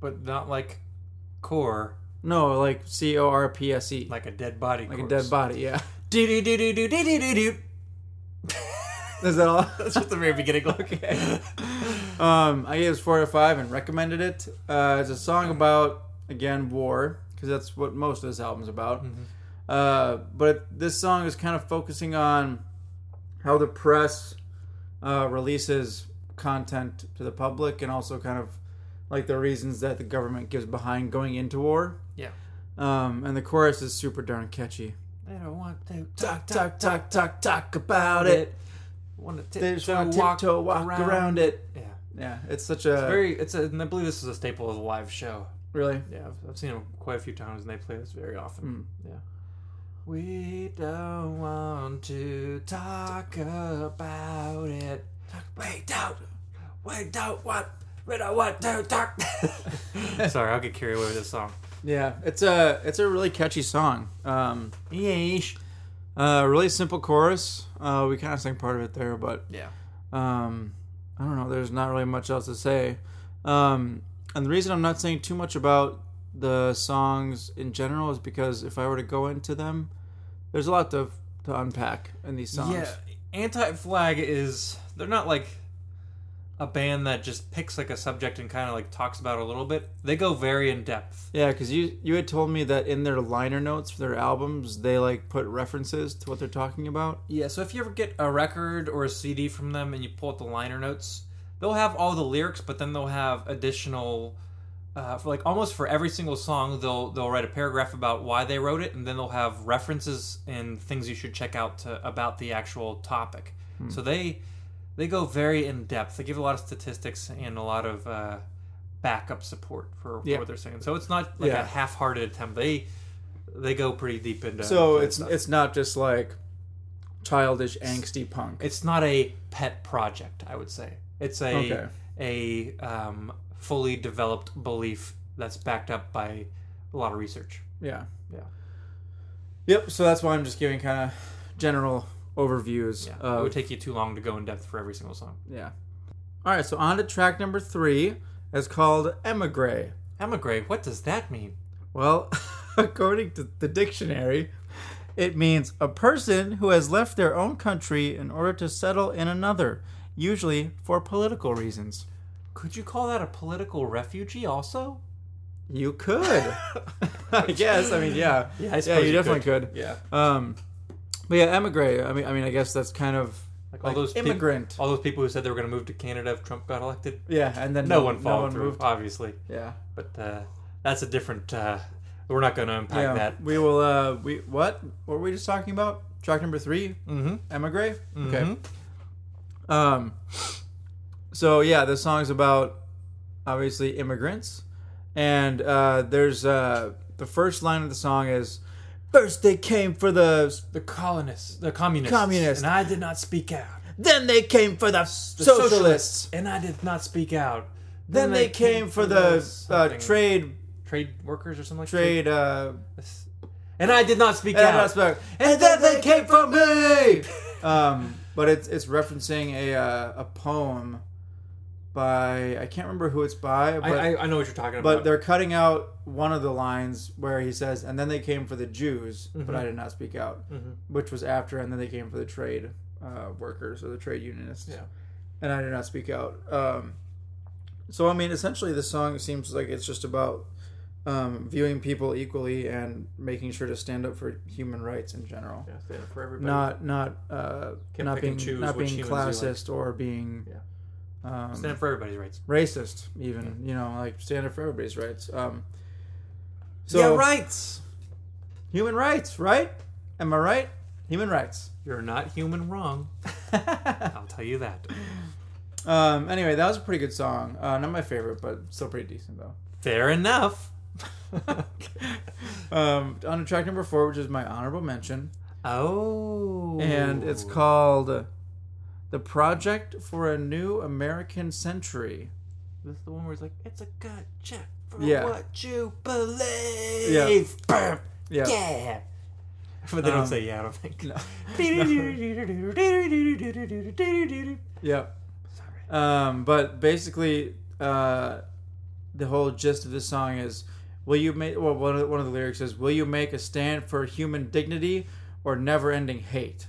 Speaker 1: But not like core,
Speaker 2: No, like C O R P S E, like,
Speaker 1: like a dead body.
Speaker 2: a dead body. Yeah,
Speaker 1: Do do do do do do do do do.
Speaker 2: is that all?
Speaker 1: That's just the very beginning. okay.
Speaker 2: um, I gave this four to five and recommended it. Uh, it's a song about again war because that's what most of this album's about. Uh, but this song is kind of focusing on how the press uh, releases content to the public and also kind of like the reasons that the government gives behind going into war.
Speaker 1: Yeah.
Speaker 2: Um, and the chorus is super darn catchy.
Speaker 1: I don't want to
Speaker 2: Talk, talk, talk, talk, talk about it.
Speaker 1: want to
Speaker 2: They just want to tiptoe, walk around. it.
Speaker 1: Yeah.
Speaker 2: Yeah, it's such a
Speaker 1: Very. It's a, and I believe this is a staple of the live show.
Speaker 2: really
Speaker 1: Yeah, I've, I've seen them quite a few times, and they play this very often. Yeah. We don't want to talk about it. We don't. We don't want. We don't want to talk. Sorry, I'll get carried away with this song.
Speaker 2: yeah. It's a it's a really catchy song. Um,
Speaker 1: Yeesh.
Speaker 2: Uh, Uh, really simple chorus. Uh, we kind of sang part of it there, but
Speaker 1: Yeah.
Speaker 2: um, I don't know. There's not really much else to say. Um, and the reason I'm not saying too much about the songs in general is because if I were to go into them, there's a lot to to unpack in these songs.
Speaker 1: Yeah, Anti Flag is they're not like a band that just picks like a subject and kind of like talks about it a little bit. They go very in depth.
Speaker 2: Yeah, because you you had told me that in their liner notes for their albums, they like put references to what they're talking about.
Speaker 1: Yeah, so if you ever get a record or a CD from them and you pull out the liner notes, they'll have all the lyrics, but then they'll have additional uh, for like almost for every single song, they'll they'll write a paragraph about why they wrote it, and then they'll have references and things you should check out to, about the actual topic.
Speaker 2: Hmm.
Speaker 1: So they they go very in depth. They give a lot of statistics and a lot of uh, backup support for, for
Speaker 2: Yeah.
Speaker 1: what they're saying. So it's not like
Speaker 2: Yeah.
Speaker 1: a half-hearted attempt. They they go pretty deep into
Speaker 2: So
Speaker 1: into
Speaker 2: it's
Speaker 1: stuff.
Speaker 2: it's not just like childish angsty punk.
Speaker 1: it's not a pet project i would say it's a a um, fully developed belief that's backed up by a lot of research
Speaker 2: yeah.
Speaker 1: yeah
Speaker 2: Yep. So that's why I'm just giving kind of general overviews.
Speaker 1: yeah it
Speaker 2: of-
Speaker 1: would take you too long to go in depth for every single song
Speaker 2: yeah. All right. So on to track number three. It's called Emigre.
Speaker 1: emigre what does that mean
Speaker 2: Well, according to the dictionary, it means a person who has left their own country in order to settle in another, usually for political reasons.
Speaker 1: could you call that a political refugee also
Speaker 2: You could. I guess. I mean, yeah.
Speaker 1: Yeah, I suppose
Speaker 2: you
Speaker 1: you
Speaker 2: definitely could.
Speaker 1: yeah
Speaker 2: Um, but yeah, emigre. I mean, I mean, I guess that's kind of
Speaker 1: like all
Speaker 2: like
Speaker 1: those peop-
Speaker 2: immigrant.
Speaker 1: all those people who said they were going to move to canada if trump got elected
Speaker 2: yeah, and then
Speaker 1: no, one followed through
Speaker 2: moved.
Speaker 1: obviously
Speaker 2: Yeah,
Speaker 1: but uh, that's a different uh, we're not going to unpack
Speaker 2: yeah.
Speaker 1: that
Speaker 2: We will. Uh, we what? What were we just talking about? Track number three,
Speaker 1: mm-hmm
Speaker 2: emigre. Okay. Um. So yeah, this song's about obviously immigrants, and uh, there's uh, the first line of the song is, first they came for the,
Speaker 1: the colonists, the communists,
Speaker 2: Communists.
Speaker 1: and I did not speak out.
Speaker 2: then they came for the,
Speaker 1: The
Speaker 2: socialists.
Speaker 1: and I did not speak out.
Speaker 2: Then they came for the uh,
Speaker 1: something-
Speaker 2: trade
Speaker 1: trade workers or something like
Speaker 2: trade uh
Speaker 1: that. And I did not speak
Speaker 2: and,
Speaker 1: out.
Speaker 2: then they came for me um but it's it's referencing a uh, a poem by I can't remember who it's by but
Speaker 1: I, I, I know what you're talking
Speaker 2: but
Speaker 1: about.
Speaker 2: they're cutting out one of the lines where he says and then they came for the Jews but
Speaker 1: Mm-hmm.
Speaker 2: I did not speak out which was after and then they came for the trade uh, workers or the trade unionists
Speaker 1: Yeah.
Speaker 2: and I did not speak out um so I mean essentially the song seems like it's just about um, viewing people equally and making sure to stand up for human rights in general.
Speaker 1: Yeah, stand up for everybody.
Speaker 2: Not not uh,
Speaker 1: Can't
Speaker 2: not
Speaker 1: pick and
Speaker 2: being
Speaker 1: choose
Speaker 2: not
Speaker 1: which
Speaker 2: being
Speaker 1: humans you like.
Speaker 2: classist or being
Speaker 1: Yeah.
Speaker 2: um,
Speaker 1: stand up for everybody's rights.
Speaker 2: racist. Even you know like stand up for everybody's rights. Um, so
Speaker 1: yeah, rights.
Speaker 2: human rights, right? Am I right? Human rights.
Speaker 1: You're not human wrong. I'll tell you that.
Speaker 2: Um, anyway, that was a pretty good song. Uh, not my favorite, but still pretty decent though.
Speaker 1: Fair enough.
Speaker 2: Um, on to track number four, which is my honorable mention.
Speaker 1: oh.
Speaker 2: and it's called The Project for a New American Century.
Speaker 1: This is the one where it's like, it's a gut check for
Speaker 2: Yeah.
Speaker 1: what you believe.
Speaker 2: Yeah.
Speaker 1: Bam.
Speaker 2: Yeah.
Speaker 1: Yeah. But they
Speaker 2: Um,
Speaker 1: don't say yeah, I don't think. Sorry.
Speaker 2: Yeah. Um, but basically, uh, the whole gist of this song is Will you make, well, one of, one of the lyrics is, Will you make a stand for human dignity or never ending hate?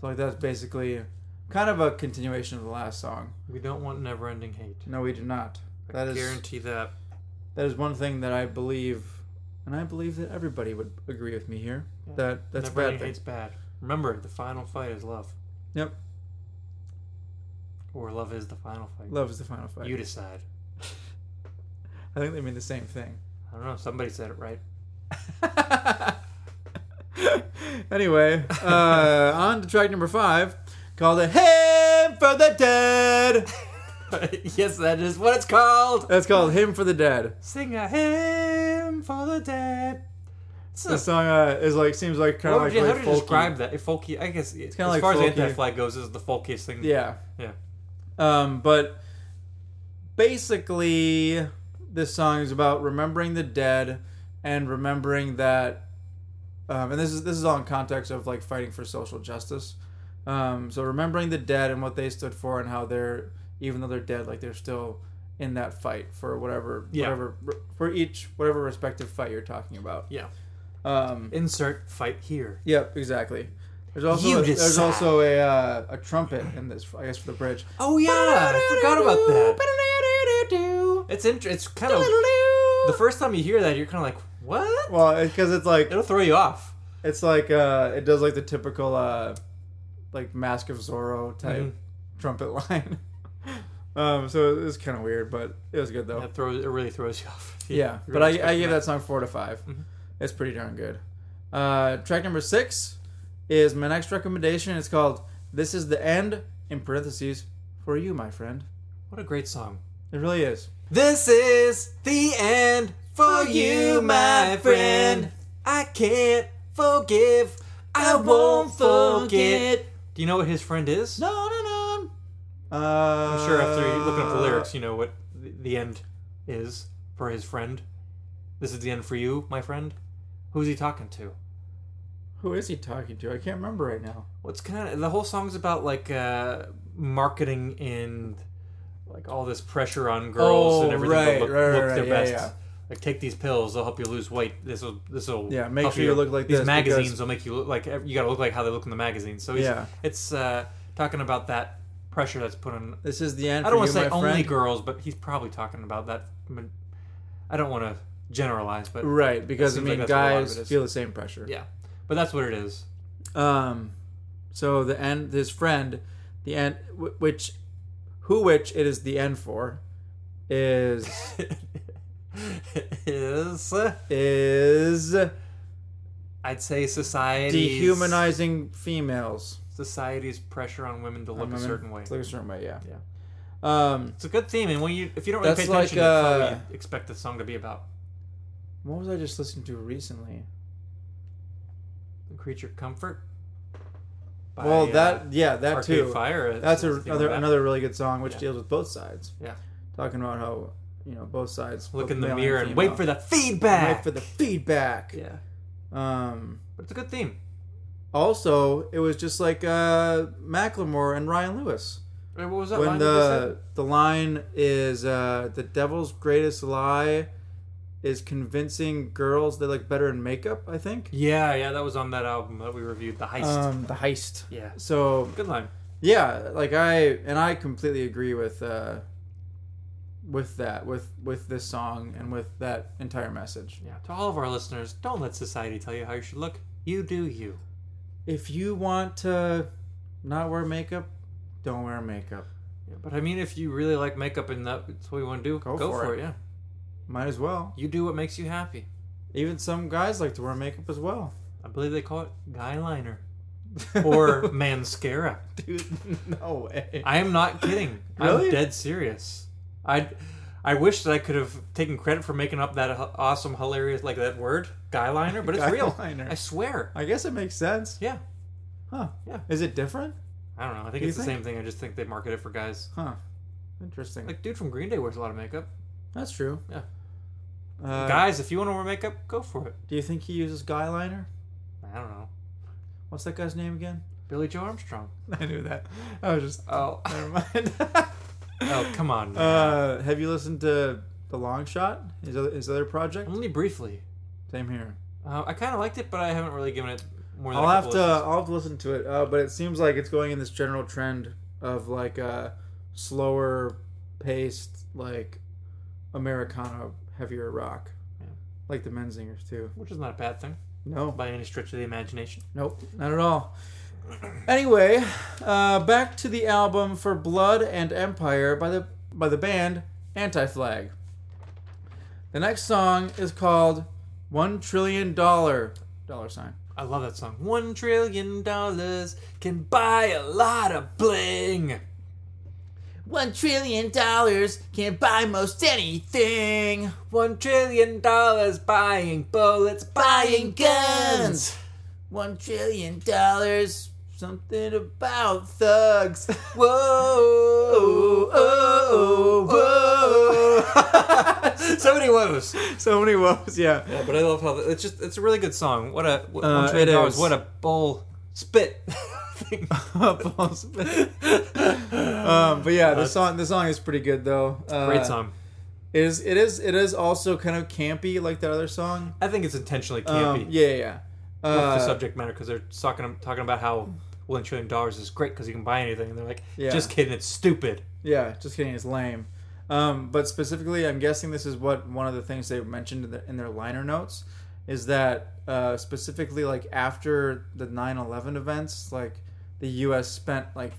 Speaker 2: So, like, that's basically kind of a continuation of the last song.
Speaker 1: We don't want never ending hate.
Speaker 2: No, we do not.
Speaker 1: I
Speaker 2: That is,
Speaker 1: guarantee that.
Speaker 2: that is one thing that I believe, and I believe that everybody would agree with me here, that that's a
Speaker 1: never
Speaker 2: bad
Speaker 1: ending
Speaker 2: thing.
Speaker 1: hate's bad. Remember, the final fight is love.
Speaker 2: Yep.
Speaker 1: Or love is the final fight.
Speaker 2: Love is the final fight.
Speaker 1: You decide.
Speaker 2: I think they mean the same thing.
Speaker 1: I don't know, somebody said it right.
Speaker 2: anyway, uh, on to track number five, called "A Hymn for the Dead."
Speaker 1: yes, that is what it's called.
Speaker 2: That's called "Hymn for the Dead."
Speaker 1: Sing a hymn for the dead. It's a
Speaker 2: The song uh, is like seems like kind
Speaker 1: What would
Speaker 2: of like
Speaker 1: you, how
Speaker 2: really
Speaker 1: do you describe
Speaker 2: folky.
Speaker 1: that? A folky, I guess. It's as
Speaker 2: kinda like
Speaker 1: far
Speaker 2: folky.
Speaker 1: as anti-flag goes, this is the folkiest thing.
Speaker 2: Yeah,
Speaker 1: Yeah.
Speaker 2: Um, but basically, this song is about remembering the dead and remembering that um, and this is this is all in context of like fighting for social justice. Um, so remembering the dead and what they stood for and how they're even though they're dead, like they're still in that fight for whatever
Speaker 1: Yeah.
Speaker 2: whatever for each whatever respective fight you're talking about.
Speaker 1: Yeah.
Speaker 2: Um,
Speaker 1: Insert fight here.
Speaker 2: yep, exactly. There's also
Speaker 1: You
Speaker 2: a, there's
Speaker 1: decide.
Speaker 2: also a uh, a trumpet in this I guess for the bridge.
Speaker 1: Oh yeah, I forgot about that. It's int- It's kind of the first time you hear that, you're kind of like, what?
Speaker 2: Oh. Well, because it's like
Speaker 1: It'll throw you off.
Speaker 2: It's like uh it does like the typical uh like Mask of Zorro type
Speaker 1: Mm-hmm.
Speaker 2: trumpet line. um so it was kind of weird, but it was good though.
Speaker 1: It throws. It really throws you off.
Speaker 2: Yeah, but I I give that song 4 to 5.
Speaker 1: Mm-hmm.
Speaker 2: It's pretty darn good. Uh track number 6 is my next recommendation. It's called This is the End in parentheses for you, my friend.
Speaker 1: What a great song.
Speaker 2: It really is.
Speaker 1: This is the end for you, my friend. I can't forgive. I won't forget. Do you know what his friend is?
Speaker 2: No, no, no. Uh
Speaker 1: I'm sure after you looking up the lyrics, you know what the- the end is for his friend. This is the end for you, my friend. Who's he talking to?
Speaker 2: Uh, Who is he talking to? I can't remember right now.
Speaker 1: What's kind of the whole song's about like uh, marketing and like all this pressure on girls
Speaker 2: Oh,
Speaker 1: and everything
Speaker 2: right,
Speaker 1: to look,
Speaker 2: right,
Speaker 1: look
Speaker 2: right,
Speaker 1: their
Speaker 2: yeah,
Speaker 1: best.
Speaker 2: yeah.
Speaker 1: Like take these pills, they'll help you lose weight. This will this will
Speaker 2: Yeah, make
Speaker 1: help
Speaker 2: sure you look like
Speaker 1: these
Speaker 2: this
Speaker 1: magazines
Speaker 2: because-
Speaker 1: will make you look like ev- you got to look like how they look in the magazines. So he's,
Speaker 2: Yeah.
Speaker 1: it's uh, talking about that pressure that's put on
Speaker 2: This is the end
Speaker 1: I don't
Speaker 2: for
Speaker 1: want
Speaker 2: you,
Speaker 1: to say
Speaker 2: my
Speaker 1: only
Speaker 2: friend.
Speaker 1: girls, but he's probably talking about that. I mean, I don't want to generalize, but
Speaker 2: Right, because I
Speaker 1: seems like
Speaker 2: mean,
Speaker 1: that's where a lot of
Speaker 2: guys
Speaker 1: it is.
Speaker 2: feel the same pressure.
Speaker 1: yeah, but that's what it is.
Speaker 2: Um, so the end, his friend, the end, wh- which, who which it is the end for, is
Speaker 1: is
Speaker 2: is
Speaker 1: I'd say society
Speaker 2: dehumanizing females.
Speaker 1: society's pressure on women to look
Speaker 2: I mean,
Speaker 1: a certain way.
Speaker 2: to Look a certain way, yeah.
Speaker 1: Yeah.
Speaker 2: Yeah. Um,
Speaker 1: It's a good theme, and when you if you don't really
Speaker 2: That's
Speaker 1: pay attention,
Speaker 2: like,
Speaker 1: to
Speaker 2: uh,
Speaker 1: what you expect the song to be about.
Speaker 2: what was I just listening to recently?
Speaker 1: The creature comfort. By,
Speaker 2: well,
Speaker 1: uh,
Speaker 2: that yeah, that
Speaker 1: Arcade
Speaker 2: too.
Speaker 1: Fire. uh,
Speaker 2: That's a,
Speaker 1: something like
Speaker 2: another
Speaker 1: that.
Speaker 2: another really good song which
Speaker 1: Yeah.
Speaker 2: deals with both sides.
Speaker 1: Yeah.
Speaker 2: Talking about how you know both sides
Speaker 1: Look
Speaker 2: both
Speaker 1: in the
Speaker 2: male
Speaker 1: mirror and wait for the
Speaker 2: female,
Speaker 1: feedback.
Speaker 2: wait for the feedback.
Speaker 1: yeah,
Speaker 2: Um.
Speaker 1: but it's a good theme.
Speaker 2: also it was just like uh macklemore and ryan lewis
Speaker 1: Wait, What was that
Speaker 2: when
Speaker 1: line you just said?
Speaker 2: the the line is uh the devil's greatest lie is convincing girls they look better in makeup i think
Speaker 1: Yeah, yeah, that was on that album that we reviewed, The Heist.
Speaker 2: um the heist
Speaker 1: yeah.
Speaker 2: so
Speaker 1: Good line.
Speaker 2: yeah like i and i completely agree with uh with that with with this song and with that entire message
Speaker 1: Yeah. To all of our listeners, don't let society tell you how you should look. You do you.
Speaker 2: if you want to not wear makeup don't wear makeup
Speaker 1: Yeah, but I mean, if you really like makeup and that- that's what you want to do,
Speaker 2: Go
Speaker 1: go,
Speaker 2: for
Speaker 1: for,
Speaker 2: it.
Speaker 1: it. Yeah.
Speaker 2: might as well
Speaker 1: You do what makes you happy.
Speaker 2: even some guys like to wear makeup as well
Speaker 1: I believe they call it guy liner or mascara.
Speaker 2: Dude, no way.
Speaker 1: I am not kidding.
Speaker 2: Really?
Speaker 1: I'm dead serious. I I wish that I could have taken credit for making up that h- awesome, hilarious, like that word, guy liner, but it's real.
Speaker 2: Guyliner.
Speaker 1: I swear.
Speaker 2: I guess it makes sense.
Speaker 1: Yeah.
Speaker 2: Huh.
Speaker 1: Yeah.
Speaker 2: Is it different?
Speaker 1: I don't know. I think
Speaker 2: You
Speaker 1: it's the
Speaker 2: think?
Speaker 1: same thing. I just think they market it for guys.
Speaker 2: Huh. Interesting.
Speaker 1: Like, dude from Green Day wears a lot of makeup.
Speaker 2: That's true.
Speaker 1: Yeah.
Speaker 2: Uh,
Speaker 1: Guys, if you want to wear makeup, go for it.
Speaker 2: do you think he uses guy liner?
Speaker 1: I don't know.
Speaker 2: What's that guy's name again?
Speaker 1: Billy Joe Armstrong.
Speaker 2: I knew that. I was just.
Speaker 1: Oh,
Speaker 2: Never mind.
Speaker 1: oh, come on. man.
Speaker 2: uh, have you listened to The Long Shot? His other, his other project?
Speaker 1: Only briefly.
Speaker 2: Same here.
Speaker 1: Uh, I kind of liked it, but I haven't really given it more than
Speaker 2: I'll
Speaker 1: a
Speaker 2: have
Speaker 1: couple
Speaker 2: to.
Speaker 1: listens.
Speaker 2: I'll have to listen to it. Uh, but it seems like it's going in this general trend of like a slower paced, like Americana, heavier rock,
Speaker 1: Yeah.
Speaker 2: like the Menzingers too.
Speaker 1: Which is not a bad thing
Speaker 2: No,
Speaker 1: by any stretch of the imagination.
Speaker 2: nope, not at all. Anyway, uh, back to the album for Blood and Empire by the by the band Anti Flag. The next song is called One Trillion Dollar Dollar Sign.
Speaker 1: I love that song. One trillion dollars can buy a lot of bling.
Speaker 2: One trillion dollars can't buy most anything.
Speaker 1: One trillion dollars buying bullets, buying guns.
Speaker 2: One trillion dollars. Something about thugs.
Speaker 1: Whoa, oh, oh, whoa. so many woes.
Speaker 2: so many woes. Yeah.
Speaker 1: Yeah, but I love how the, it's just it's a really good song. What a what,
Speaker 2: Uh,
Speaker 1: I'm sure
Speaker 2: it
Speaker 1: dogs,
Speaker 2: is.
Speaker 1: what a bowl spit. thing. Uh,
Speaker 2: um, but yeah, the song the song is pretty good though. Uh,
Speaker 1: Great song.
Speaker 2: It is it is it is also kind of campy like that other song.
Speaker 1: I think it's intentionally
Speaker 2: Um,
Speaker 1: campy.
Speaker 2: yeah, yeah. yeah.
Speaker 1: Off the
Speaker 2: Uh,
Speaker 1: subject matter because they're talking talking about how one trillion dollars is great because you can buy anything. And they're like,
Speaker 2: Yeah.
Speaker 1: just kidding, it's stupid.
Speaker 2: yeah, just kidding. It's lame. Um, but specifically, I'm guessing this is what one of the things they mentioned in, the, in their liner notes is that uh, specifically like after the 9/11 events, like the U.S. spent like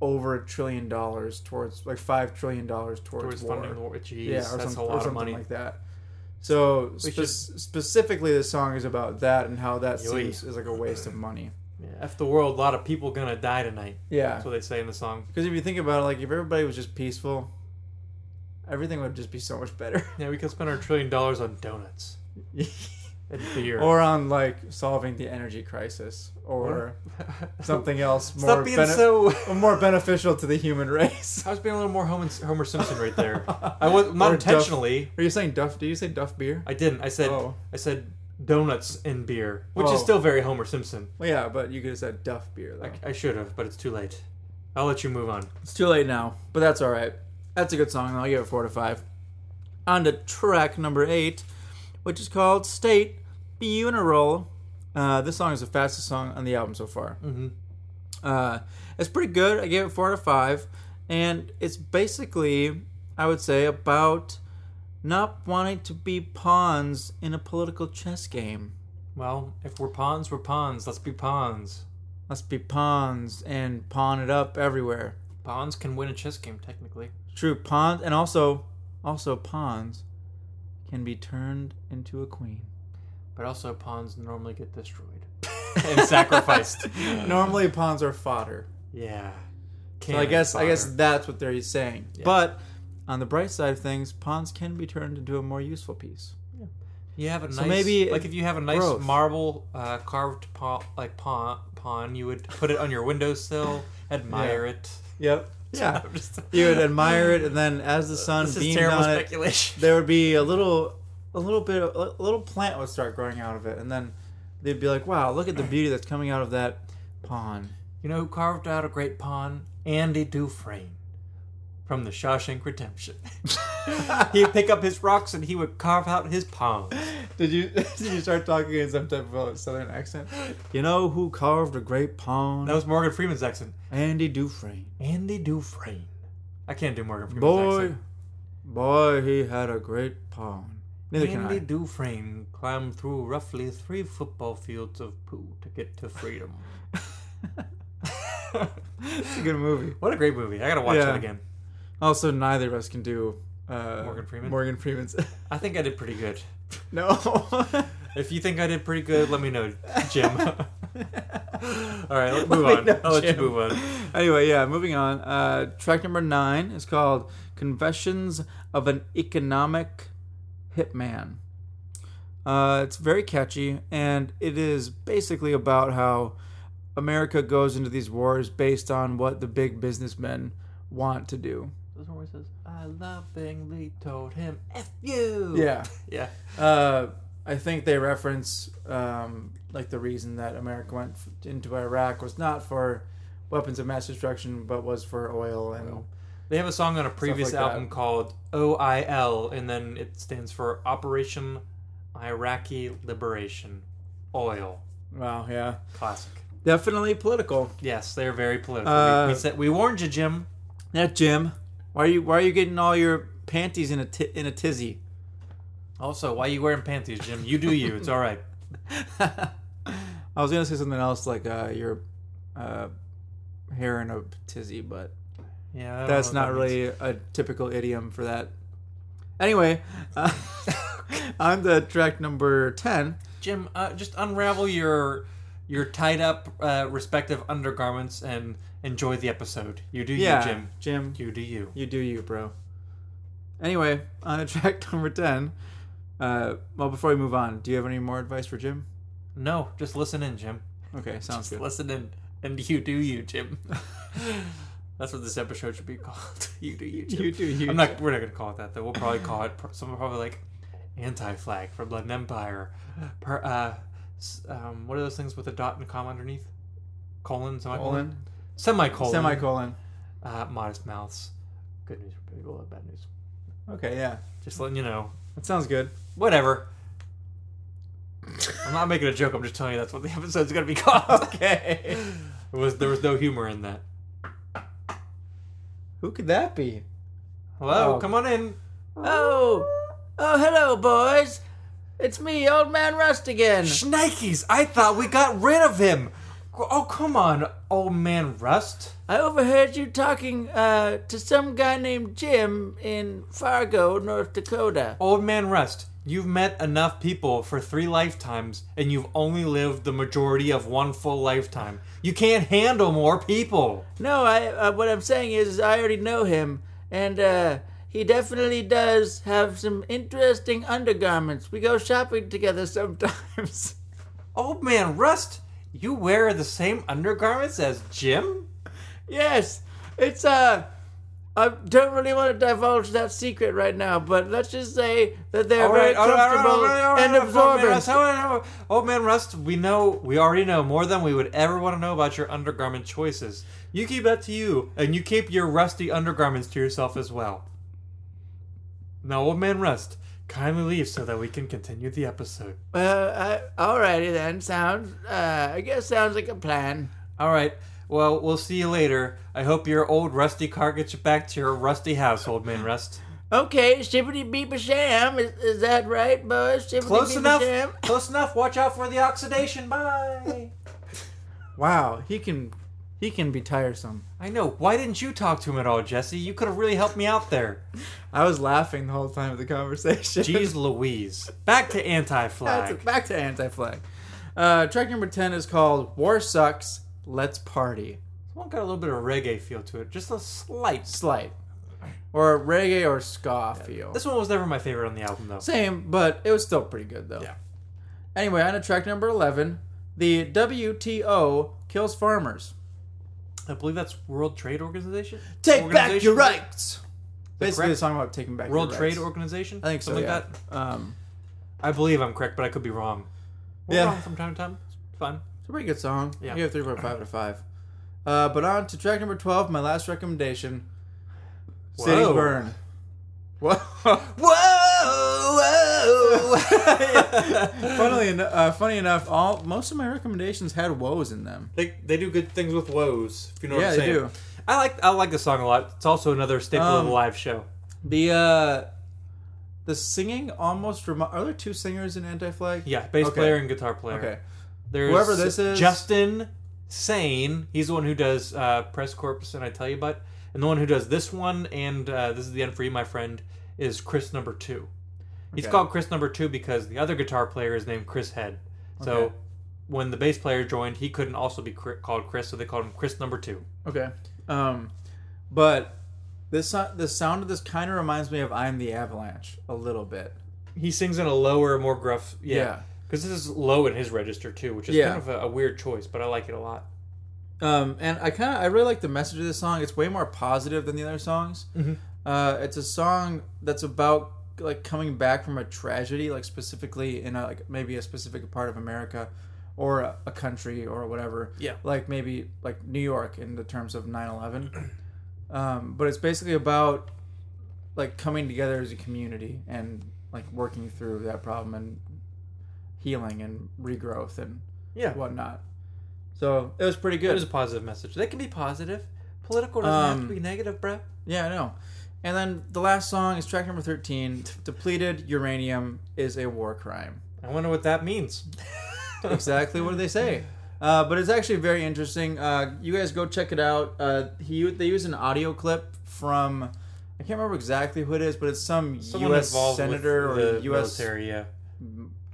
Speaker 2: over a trillion dollars towards like five trillion dollars towards,
Speaker 1: Towards
Speaker 2: war.
Speaker 1: funding the war. Jeez,
Speaker 2: yeah, or,
Speaker 1: that's
Speaker 2: some,
Speaker 1: a
Speaker 2: or
Speaker 1: lot of
Speaker 2: something
Speaker 1: money.
Speaker 2: like that. So
Speaker 1: We
Speaker 2: spe-
Speaker 1: should-
Speaker 2: specifically, this song is about that and how that
Speaker 1: Yoy.
Speaker 2: seems is like a waste of money.
Speaker 1: yeah, F the world, a lot of people gonna die tonight.
Speaker 2: Yeah,
Speaker 1: That's what they say in the song.
Speaker 2: because if you think about it, like if everybody was just peaceful, everything would just be so much better.
Speaker 1: Yeah, we could spend our trillion dollars on donuts and beer.
Speaker 2: or on like solving the energy crisis or something else more
Speaker 1: Stop being
Speaker 2: bene-
Speaker 1: so.
Speaker 2: more beneficial to the human race.
Speaker 1: I was being a little more Homer, Homer Simpson right there. I was not
Speaker 2: Or Duff.
Speaker 1: intentionally.
Speaker 2: Are you saying Duff? Do you say Duff beer?
Speaker 1: I didn't. I said
Speaker 2: Oh.
Speaker 1: I said donuts and beer, which
Speaker 2: Oh.
Speaker 1: is still very Homer Simpson.
Speaker 2: Well, yeah, but you could have said Duff beer. Though.
Speaker 1: I should have, but it's too late. I'll let you move on.
Speaker 2: It's too late now, but that's all right. That's a good song, and I'll give it four to five. On to track number eight, which is called "State Funeral." Uh, this song is the fastest song on the album so far. Mm-hmm. Uh, it's pretty good. I gave it four to five, and it's basically, I would say, about not wanting to be pawns in a political chess game.
Speaker 1: Well, if we're pawns, we're pawns. Let's be pawns.
Speaker 2: Let's be pawns and pawn it up everywhere.
Speaker 1: Pawns can win a chess game, technically.
Speaker 2: True pawns, and also, also pawns can be turned into a queen.
Speaker 1: But also, pawns normally get destroyed and sacrificed.
Speaker 2: Normally, pawns are fodder.
Speaker 1: Yeah.
Speaker 2: So I
Speaker 1: Cannon
Speaker 2: guess I
Speaker 1: fodder.
Speaker 2: guess that's what they're saying. But on the bright side of things, pawns can be turned into a more useful piece.
Speaker 1: you have a nice
Speaker 2: maybe
Speaker 1: like if you have a nice
Speaker 2: growth.
Speaker 1: marble uh, carved paw like pawn pawn, you would put it on your windowsill, admire it.
Speaker 2: Yep. Yeah.
Speaker 1: I'm just-
Speaker 2: you would admire it, and then as the sun
Speaker 1: this is
Speaker 2: beamed
Speaker 1: terrible
Speaker 2: on it,
Speaker 1: speculation.
Speaker 2: there would be a little, a little bit, of, a little plant would start growing out of it, and then they'd be like, "Wow, look at the beauty that's coming out of that pawn."
Speaker 1: You know who carved out a great pawn? Andy Dufresne from The Shawshank Redemption. He'd pick up his rocks and he would carve out his pawns.
Speaker 2: Did you did you start talking in some type of uh, southern accent? You know who carved a great pawn?
Speaker 1: That was Morgan Freeman's accent.
Speaker 2: Andy Dufresne.
Speaker 1: Andy Dufresne. I can't do Morgan Freeman's
Speaker 2: Boy,
Speaker 1: accent.
Speaker 2: boy, he had a great pawn. Neither can
Speaker 1: Andy
Speaker 2: I.
Speaker 1: Dufresne climbed through roughly three football fields of poo to get to freedom.
Speaker 2: It's a good movie.
Speaker 1: what a great movie. I gotta watch
Speaker 2: Yeah.
Speaker 1: it again.
Speaker 2: Also, neither of us can do uh,
Speaker 1: Morgan Freeman?
Speaker 2: Morgan Freeman's.
Speaker 1: I think I did pretty good.
Speaker 2: no.
Speaker 1: If you think I did pretty good, let me know, Jim. All right, let's move
Speaker 2: me
Speaker 1: on.
Speaker 2: know,
Speaker 1: I'll let
Speaker 2: Jim.
Speaker 1: you move on.
Speaker 2: anyway, yeah, moving on. Uh, track number nine is called Confessions of an Economic Hitman. Uh, it's very catchy, and it is basically about how America goes into these wars based on what the big businessmen want to do.
Speaker 1: This one where it says, I lovingly told him, F you.
Speaker 2: Yeah.
Speaker 1: Yeah.
Speaker 2: Uh, I think they reference um, like the reason that America went f- into Iraq was not for weapons of mass destruction, but was for oil and
Speaker 1: They have a song on a previous
Speaker 2: like that.
Speaker 1: album called OIL, and then it stands for Operation Iraqi Liberation. Oil.
Speaker 2: wow, yeah,
Speaker 1: Classic.
Speaker 2: definitely political.
Speaker 1: Yes, they're very political.
Speaker 2: Uh,
Speaker 1: we, we said we warned you, Jim.
Speaker 2: Yeah, Jim, why are you why are you getting all your panties in a ti in a tizzy?
Speaker 1: Also, why you wearing panties, Jim? You do you. It's all right.
Speaker 2: I was gonna say something else like uh, your uh, hair in a tizzy, but
Speaker 1: Yeah, I don't
Speaker 2: that's
Speaker 1: know what
Speaker 2: not
Speaker 1: that means.
Speaker 2: really a typical idiom for that. Anyway, uh, on the track number ten.
Speaker 1: Jim. Uh, just unravel your your tied up uh, respective undergarments and enjoy the episode. You do
Speaker 2: Yeah,
Speaker 1: you, Jim.
Speaker 2: Jim,
Speaker 1: You do you.
Speaker 2: you do you, bro. Anyway, on the track number ten. Uh, well, before we move on, do you have any more advice for Jim?
Speaker 1: No, just listen in, Jim.
Speaker 2: Okay, sounds good.
Speaker 1: Listen in, and you do you, Jim. That's what this episode should be called. you do YouTube.
Speaker 2: You do you.
Speaker 1: I'm not. We're not gonna call it that though. We'll probably call it. Someone probably like anti-flag for Blood and Empire. Per, uh, s- um, what are those things with a dot and a comma underneath? Colon, semicolon,
Speaker 2: colon
Speaker 1: semicolon,
Speaker 2: semicolon.
Speaker 1: Uh, modest mouths. Good news for people. uh, Bad news.
Speaker 2: Okay, yeah,
Speaker 1: Just letting you know.
Speaker 2: that sounds good.
Speaker 1: Whatever. I'm not making a joke. I'm just telling you that's what the episode's gonna be called. Okay. It was there was no humor in that.
Speaker 2: Who could that be?
Speaker 1: Hello,
Speaker 2: Oh.
Speaker 1: come on in.
Speaker 2: Oh, oh, hello, boys. It's me, Old Man Rust again.
Speaker 1: Schnikes, I thought we got rid of him. Oh, come on, old man Rust.
Speaker 2: I overheard you talking uh, to some guy named Jim in Fargo, North Dakota.
Speaker 1: Old man Rust, you've met enough people for three lifetimes, and you've only lived the majority of one full lifetime. You can't handle more people.
Speaker 2: No, I. Uh, what I'm saying is, is I already know him, and uh, he definitely does have some interesting undergarments. We go shopping together sometimes.
Speaker 1: Old man Rust, you wear the same undergarments as Jim?
Speaker 2: yes, it's uh. I don't really want to divulge that secret right now, but let's just say that they're very comfortable and
Speaker 1: Old man, Rust,
Speaker 2: absorbent.
Speaker 1: all right, all right. Old man Rust, we know, we already know more than we would ever want to know about your undergarment choices. You keep that to you, and you keep your rusty undergarments to yourself as well. Now, Old Man Rust, kindly leave so that we can continue the episode.
Speaker 2: Well, uh, alrighty then. Sounds, uh, I guess, sounds like a plan.
Speaker 1: All right. Well, we'll see you later. I hope your old rusty car gets you back to your rusty house, Old Man Rust.
Speaker 2: Okay, shibbity beep sham. Is, is that right, boys? Shibbity
Speaker 1: Close enough.
Speaker 2: sham.
Speaker 1: Close enough. Watch out for the oxidation. Bye.
Speaker 2: Wow, he can, he can be tiresome.
Speaker 1: I know. Why didn't you talk to him at all, Jesse? You could have really helped me out there.
Speaker 2: I was laughing the whole time of the conversation.
Speaker 1: Jeez Louise. Back to anti
Speaker 2: That's-
Speaker 1: flag.
Speaker 2: back to anti-flag. Uh, track number ten is called "War Sucks." Let's party.
Speaker 1: One got a little bit of reggae feel to it, just a slight.
Speaker 2: Slight, or reggae or ska feel.
Speaker 1: This one was never my favorite on the album, though.
Speaker 2: Same, but it was still pretty good though.
Speaker 1: Yeah.
Speaker 2: Anyway, on to track number eleven, the WTO kills farmers.
Speaker 1: I believe that's World Trade Organization.
Speaker 2: Take back
Speaker 1: Organization?
Speaker 2: your rights. Basically,
Speaker 1: correct-
Speaker 2: it's talking about taking back
Speaker 1: World
Speaker 2: your
Speaker 1: Trade
Speaker 2: rights.
Speaker 1: Organization.
Speaker 2: I think so.
Speaker 1: Something
Speaker 2: yeah.
Speaker 1: like that.
Speaker 2: Um,
Speaker 1: I believe I'm correct, but I could be wrong. We're
Speaker 2: Yeah.
Speaker 1: wrong from time to time. It's fun.
Speaker 2: It's a pretty good song.
Speaker 1: Yeah.
Speaker 2: You have 3.5 out of 5. Uh, but on to track number 12, my last recommendation Cities
Speaker 1: Whoa.
Speaker 2: Burn.
Speaker 1: Whoa! Whoa!
Speaker 2: Funnily en- uh, funny enough, all most of my recommendations had woes in them.
Speaker 1: They, they do good things with woes, if you know
Speaker 2: Yeah,
Speaker 1: what I'm
Speaker 2: they
Speaker 1: saying.
Speaker 2: do.
Speaker 1: I like I like the song a lot. It's also another staple of
Speaker 2: Um,
Speaker 1: the live show.
Speaker 2: The uh, the singing almost remi- are there two singers in Anti Flag?
Speaker 1: Yeah, bass
Speaker 2: okay.
Speaker 1: player and guitar player.
Speaker 2: Okay.
Speaker 1: There's
Speaker 2: Whoever this is-
Speaker 1: Justin Sane. He's the one who does uh, Press Corpus and I Tell You But, and the one who does this one and uh, this is the end for you, my friend, is Chris Number Two. He's
Speaker 2: Okay.
Speaker 1: called Chris Number Two because the other guitar player is named Chris Head. So
Speaker 2: Okay.
Speaker 1: when the bass player joined, he couldn't also be cr- called Chris, so they called him Chris Number Two.
Speaker 2: Okay. Um, but this so- the sound of this kind of reminds me of I'm the Avalanche a little bit.
Speaker 1: He sings in a lower, more gruff.
Speaker 2: Yeah.
Speaker 1: Yeah. Because this is low in his register too, which is
Speaker 2: Yeah.
Speaker 1: kind of a, a weird choice, but I like it a lot.
Speaker 2: Um, and I kind of I really like the message of this song. It's way more positive than the other songs. Uh, it's a song that's about like coming back from a tragedy, like specifically in a, like maybe a specific part of America, or a, a country or whatever.
Speaker 1: Yeah.
Speaker 2: Like maybe like New York in the terms of 9-11. Um, but it's basically about like coming together as a community and like working through that problem and healing and regrowth and
Speaker 1: Yeah.
Speaker 2: whatnot. So it was pretty good.
Speaker 1: It is a positive message. They can be positive. Political doesn't have
Speaker 2: Um,
Speaker 1: to be negative, bro.
Speaker 2: Yeah, I know. And then the last song is track number 13. Depleted uranium is a war crime.
Speaker 1: I wonder what that means.
Speaker 2: Exactly what do they say? Uh, but it's actually very interesting. Uh, you guys go check it out. Uh, he they use an audio clip from I can't remember exactly who it is, but it's some U.S. senator or U.S.
Speaker 1: military, yeah.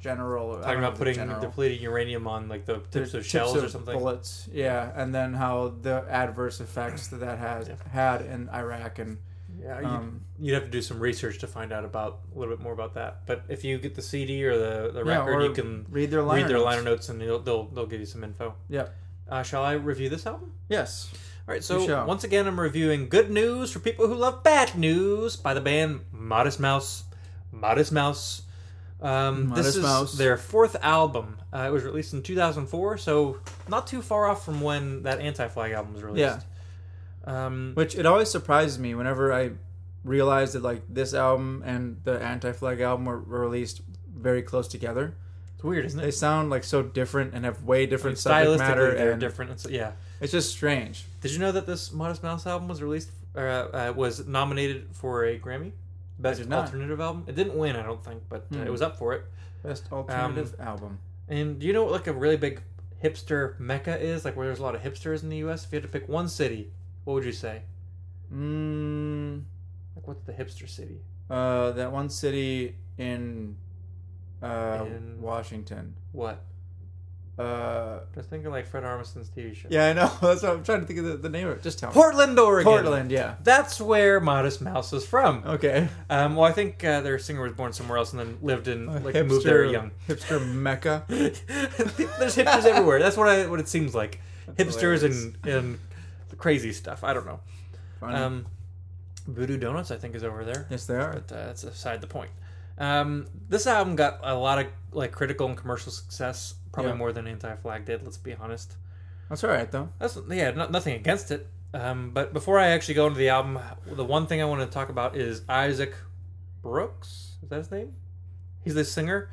Speaker 2: general. I don't
Speaker 1: Talking
Speaker 2: know
Speaker 1: about
Speaker 2: the
Speaker 1: putting
Speaker 2: general.
Speaker 1: depleted uranium on like the tips of shells or something.
Speaker 2: bullets. Yeah, and then how the adverse effects that that has had in Iraq and
Speaker 1: Yeah,
Speaker 2: um,
Speaker 1: you'd, you'd have to do some research to find out about a little bit more about that. But if you get the CD or the, the
Speaker 2: Yeah,
Speaker 1: record,
Speaker 2: or
Speaker 1: you can
Speaker 2: read their liner
Speaker 1: read their
Speaker 2: notes.
Speaker 1: liner notes and they'll they'll, they'll give you some info.
Speaker 2: Yep.
Speaker 1: Uh, shall I review this album?
Speaker 2: Yes.
Speaker 1: All right, so
Speaker 2: shall.
Speaker 1: once again, I'm reviewing Good News for People Who Love Bad News by the band Modest Mouse. Modest Mouse. Um, this
Speaker 2: Modest
Speaker 1: is
Speaker 2: Mouse.
Speaker 1: their fourth album. Uh, it was released in 2004, so not too far off from when that Anti Flag album was released. Yeah. Um,
Speaker 2: Which it always surprises me whenever I realize that like this album and the Anti Flag album were were released very close together.
Speaker 1: it's weird, isn't
Speaker 2: They
Speaker 1: it?
Speaker 2: sound like so different and have way different
Speaker 1: Stylistically,
Speaker 2: subject matter,
Speaker 1: they're
Speaker 2: and
Speaker 1: different. It's, yeah.
Speaker 2: it's just strange.
Speaker 1: Did you know that this Modest Mouse album was released, or, uh, uh, was nominated for a Grammy? Best
Speaker 2: did not. Hmm.
Speaker 1: alternative album. It didn't win, I don't think, but uh, it was up for it.
Speaker 2: Best alternative album.
Speaker 1: And do you know what like a really big hipster mecca is? Like where there's a lot of hipsters in the US? If you had to pick one city, what would you say?
Speaker 2: Mm,
Speaker 1: Like what's the hipster city?
Speaker 2: uh, that one city in, uh,
Speaker 1: In-
Speaker 2: Washington.
Speaker 1: What?
Speaker 2: Uh,
Speaker 1: Just think of like Fred Armisen's TV show.
Speaker 2: yeah, I know. That's what I'm trying to think of the, the name of it. Just tell me.
Speaker 1: Portland, Oregon.
Speaker 2: Portland, yeah.
Speaker 1: That's where Modest Mouse is from.
Speaker 2: Okay.
Speaker 1: Um, well, I think uh, their singer was born somewhere else and then lived in, like, moved there young.
Speaker 2: Hipster mecca.
Speaker 1: There's hipsters everywhere. That's what I, what it seems like. hipsters
Speaker 2: hilarious.
Speaker 1: and and crazy stuff. I don't know.
Speaker 2: Funny.
Speaker 1: Um, Voodoo Donuts, I think, is over there.
Speaker 2: yes, they are.
Speaker 1: but uh, that's aside the point. Um, this album got a lot of like critical and commercial success, probably
Speaker 2: Yeah.
Speaker 1: more than Anti Flag did. Let's be honest.
Speaker 2: That's all right though.
Speaker 1: That's yeah, not, nothing against it. Um, but before I actually go into the album, the one thing I want to talk about is Isaac Brooks. Is that his name? He's the singer.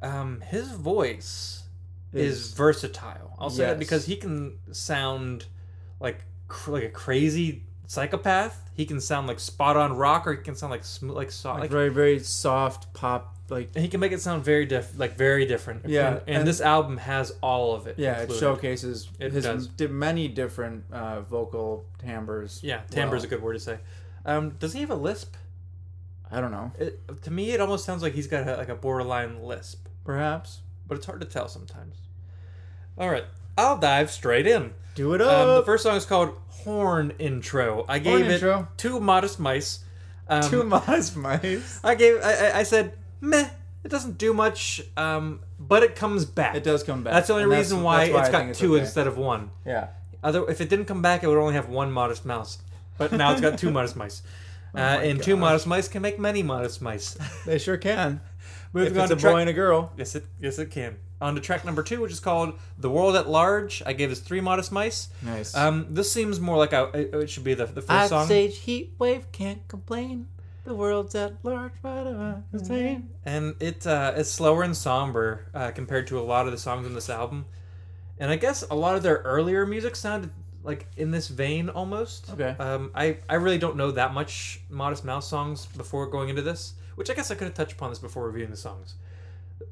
Speaker 1: Um, his voice is,
Speaker 2: Is-
Speaker 1: versatile. I'll say that
Speaker 2: Yes.
Speaker 1: because he can sound like cr- like a crazy psychopath. He can sound like spot on rock, or he can sound like smooth, like soft, like
Speaker 2: very very soft pop like
Speaker 1: he can make it sound very diff like very different.
Speaker 2: Yeah,
Speaker 1: and, and
Speaker 2: and-
Speaker 1: this album has all of it.
Speaker 2: yeah it
Speaker 1: included.
Speaker 2: showcases
Speaker 1: It
Speaker 2: his
Speaker 1: does.
Speaker 2: di- many different uh, vocal timbres
Speaker 1: Yeah, timbre is
Speaker 2: well.
Speaker 1: a good word to say. Um, does he have a lisp?
Speaker 2: i don't know
Speaker 1: It, to me, it almost sounds like he's got a, like a borderline lisp,
Speaker 2: perhaps
Speaker 1: but it's hard to tell sometimes. All right, I'll dive straight in.
Speaker 2: do it
Speaker 1: Um, the
Speaker 2: up
Speaker 1: first song is called "Horn Intro." I gave it
Speaker 2: Intro.
Speaker 1: two modest mice. Um,
Speaker 2: two mice mice
Speaker 1: I gave. I, I- I said meh. It doesn't do much, um, but it comes back.
Speaker 2: It does come back.
Speaker 1: That's the only
Speaker 2: And that's-
Speaker 1: reason why,
Speaker 2: that's why
Speaker 1: it's
Speaker 2: I
Speaker 1: got
Speaker 2: think it's
Speaker 1: two
Speaker 2: okay.
Speaker 1: instead of one.
Speaker 2: yeah
Speaker 1: Other, if it didn't come back, it would only have one modest mouse. But now it's got two modest mice, uh, and two modest mice can make many modest mice.
Speaker 2: they sure can if
Speaker 1: Moving on
Speaker 2: it's
Speaker 1: to
Speaker 2: a
Speaker 1: track,
Speaker 2: boy and a girl
Speaker 1: yes, it yes it can. On to track number two, which is called "The World at Large." I gave us three modest mice.
Speaker 2: nice
Speaker 1: Um, this seems more like a, it- it should be the the first song.
Speaker 2: sage heat wave can't complain the world's at large but uh, i'm insane
Speaker 1: and it uh, is slower and somber uh, compared to a lot of the songs on this album. And I guess a lot of their earlier music sounded like in this vein almost.
Speaker 2: Okay.
Speaker 1: Um, I I really don't know that much Modest Mouse songs before going into this, which I guess I could have touched upon this before reviewing the songs.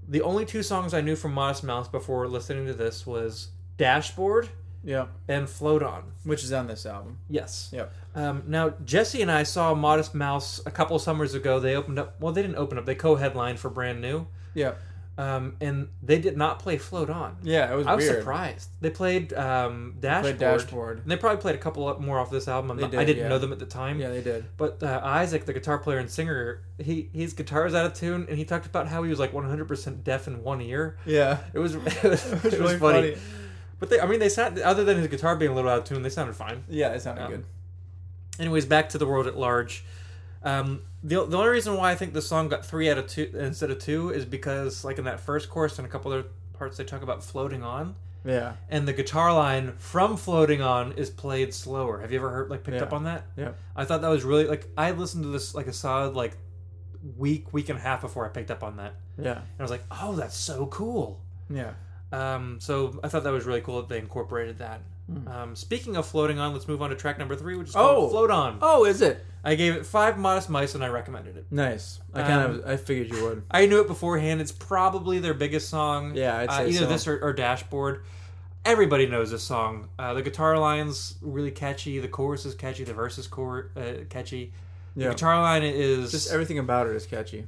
Speaker 1: The only two songs I knew from Modest Mouse before listening to this was Dashboard
Speaker 2: yeah
Speaker 1: and Float On.
Speaker 2: which is on this album
Speaker 1: Yes.
Speaker 2: yep
Speaker 1: Um, now Jesse and I saw Modest Mouse a couple summers ago. They opened up. Well, they didn't open up. They co-headlined for Brand New
Speaker 2: yep
Speaker 1: um, and they did not play Float On.
Speaker 2: yeah it was
Speaker 1: I was
Speaker 2: weird.
Speaker 1: surprised. They played um, Dashboard.
Speaker 2: Played Dashboard.
Speaker 1: And they probably played a couple up- more off this album. I'm
Speaker 2: They
Speaker 1: not-
Speaker 2: did,
Speaker 1: I didn't
Speaker 2: yeah.
Speaker 1: know them at the time.
Speaker 2: yeah they did
Speaker 1: But uh, Isaac, the guitar player and singer, he his guitar is out of tune, and he talked about how he was like 100% deaf in one ear.
Speaker 2: yeah
Speaker 1: It was it was, it was
Speaker 2: really
Speaker 1: funny. But they, I mean, they sound other than his guitar being a little out of tune, they sounded fine.
Speaker 2: yeah it sounded
Speaker 1: Um,
Speaker 2: good
Speaker 1: Anyways, back to the world at large. Um, the, the only reason why I think the song got three out of two instead of two is because, like in that first chorus and a couple other parts, they talk about floating on,
Speaker 2: yeah
Speaker 1: and the guitar line from floating on is played slower. Have you ever heard like picked
Speaker 2: Yeah.
Speaker 1: up on that?
Speaker 2: yep
Speaker 1: I thought that was really like I listened to this like a solid like week week and a half before I picked up on that,
Speaker 2: yeah
Speaker 1: and I was like, oh, that's so cool.
Speaker 2: yeah
Speaker 1: Um, so I thought that was really cool that they incorporated that. Um, speaking of floating on, let's move on to track number three, which is called
Speaker 2: Hmm. Oh.
Speaker 1: "Float On."
Speaker 2: oh is it
Speaker 1: I gave it five modest mice and I recommended it.
Speaker 2: Nice. I kind
Speaker 1: Um,
Speaker 2: of I figured you would.
Speaker 1: I knew it beforehand. It's probably their biggest song.
Speaker 2: Yeah, I'd
Speaker 1: Uh,
Speaker 2: say
Speaker 1: either
Speaker 2: so.
Speaker 1: this or, or Dashboard. Everybody knows this song. Uh, the guitar lines really catchy. The chorus is catchy. The verse is cor- uh, catchy. The
Speaker 2: Yeah.
Speaker 1: guitar line is
Speaker 2: Just everything about it is catchy.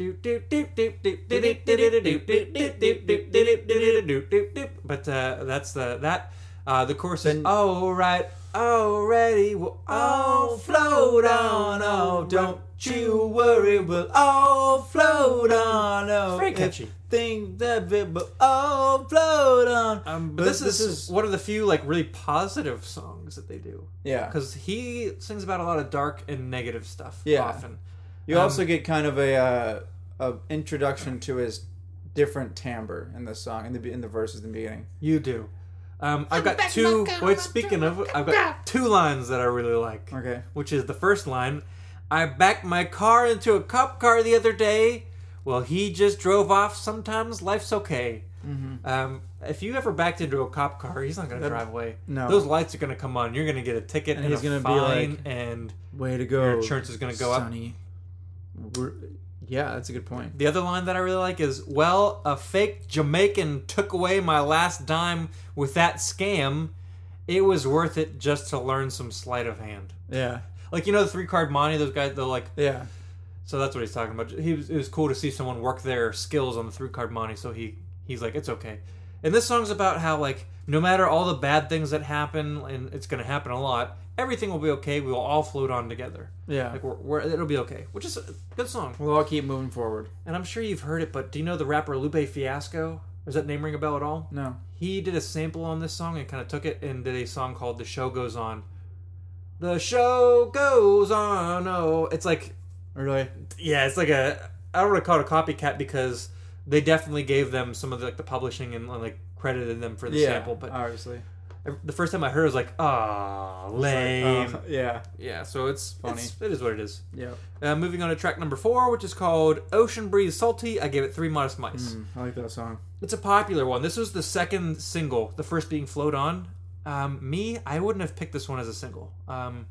Speaker 1: but uh, that's the that uh, the chorus is all right already we'll all float on oh don't
Speaker 2: you worry, we'll all float on. Oh,
Speaker 1: Very
Speaker 2: if
Speaker 1: catchy.
Speaker 2: Think that we will all float on.
Speaker 1: Um, but this, is, one of the few like really positive songs that they do
Speaker 2: yeah.
Speaker 1: because he sings about a lot of dark and negative stuff.
Speaker 2: Yeah.
Speaker 1: often.
Speaker 2: You
Speaker 1: Um,
Speaker 2: also get kind of a, uh, a introduction to his different timbre in the song in the be- in the verses in the beginning.
Speaker 1: You do. Um, I've got two. Wait, speaking of, I've got two lines that I really like.
Speaker 2: Okay.
Speaker 1: Which is the first line I backed my car into a cop car the other day. Well, he just drove off. Sometimes life's okay.
Speaker 2: Mm-hmm.
Speaker 1: Um, if you ever backed into a cop car, he's not going to drive away.
Speaker 2: no.
Speaker 1: Those lights are going to come on. You're going to get a ticket and,
Speaker 2: he's
Speaker 1: a
Speaker 2: gonna be
Speaker 1: fine,
Speaker 2: like-
Speaker 1: and
Speaker 2: Way to go!
Speaker 1: your insurance is going to go up.
Speaker 2: Sonny. We're- yeah, that's a good point.
Speaker 1: The other line that I really like is, "Well, a fake Jamaican took away my last dime with that scam. It was worth it just to learn some sleight of hand."
Speaker 2: Yeah,
Speaker 1: Like you know, the three card Monty. Those guys, they're like,
Speaker 2: yeah,
Speaker 1: so that's what he's talking about. He was, it was cool to see someone work their skills on the three card Monty. So he he's like, it's okay. And this song's about how like no matter all the bad things that happen, and it's gonna happen a lot, everything will be okay. We will all float on together.
Speaker 2: yeah.
Speaker 1: Like we're, we're it'll be okay, which is a good song.
Speaker 2: we'll all keep moving forward.
Speaker 1: And I'm sure you've heard it, but do you know the rapper Lupe Fiasco? Does that name ring a bell at all?
Speaker 2: No.
Speaker 1: He did a sample on this song and kind of took it and did a song called "The Show Goes On." The show goes on. Oh, it's like
Speaker 2: Really?
Speaker 1: yeah, it's like a I don't want to call it a copycat because they definitely gave them some of the, like the publishing and like credited them for the
Speaker 2: Yeah.
Speaker 1: sample. But
Speaker 2: obviously.
Speaker 1: the first time I heard, it, I was like, ah, lame.
Speaker 2: Uh, yeah.
Speaker 1: yeah, so it's funny.
Speaker 2: Funny.
Speaker 1: It's, it is what it is.
Speaker 2: Yeah.
Speaker 1: Uh, moving on to track number four, which is called "Ocean Breeze Salty." I gave it three modest mice.
Speaker 2: Mm, I like that song.
Speaker 1: It's a popular one. This was the second single, the first being Float On. Um, me, I wouldn't have picked this one as a single. Um,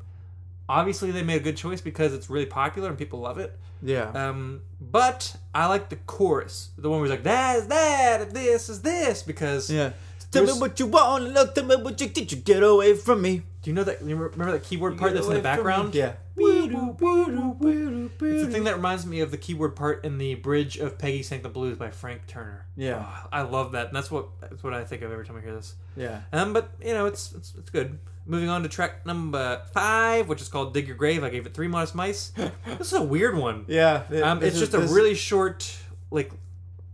Speaker 1: obviously, they made a good choice because it's really popular and people love it.
Speaker 2: Yeah.
Speaker 1: Um, but I like the chorus, the one where he's like, "That is that, this is this," because
Speaker 2: yeah. Tell
Speaker 1: there's-
Speaker 2: me what you want, love. Tell me what you did. You get away from me.
Speaker 1: do you know that? You remember that keyboard part
Speaker 2: Get
Speaker 1: that's in the
Speaker 2: away from
Speaker 1: background?
Speaker 2: me. Yeah.
Speaker 1: It's the thing that reminds me of the keyboard part in the bridge of "Peggy Sang the Blues" by Frank Turner.
Speaker 2: Yeah.
Speaker 1: Oh, I love that, and that's what that's what I think of every time I hear this.
Speaker 2: Yeah.
Speaker 1: Um, but you know, it's, it's it's good. Moving on to track number five, which is called "Dig Your Grave." I gave it three modest mice. this is a weird one.
Speaker 2: Yeah. it-
Speaker 1: Um,
Speaker 2: this
Speaker 1: it's
Speaker 2: is-
Speaker 1: just a
Speaker 2: this
Speaker 1: really short, like,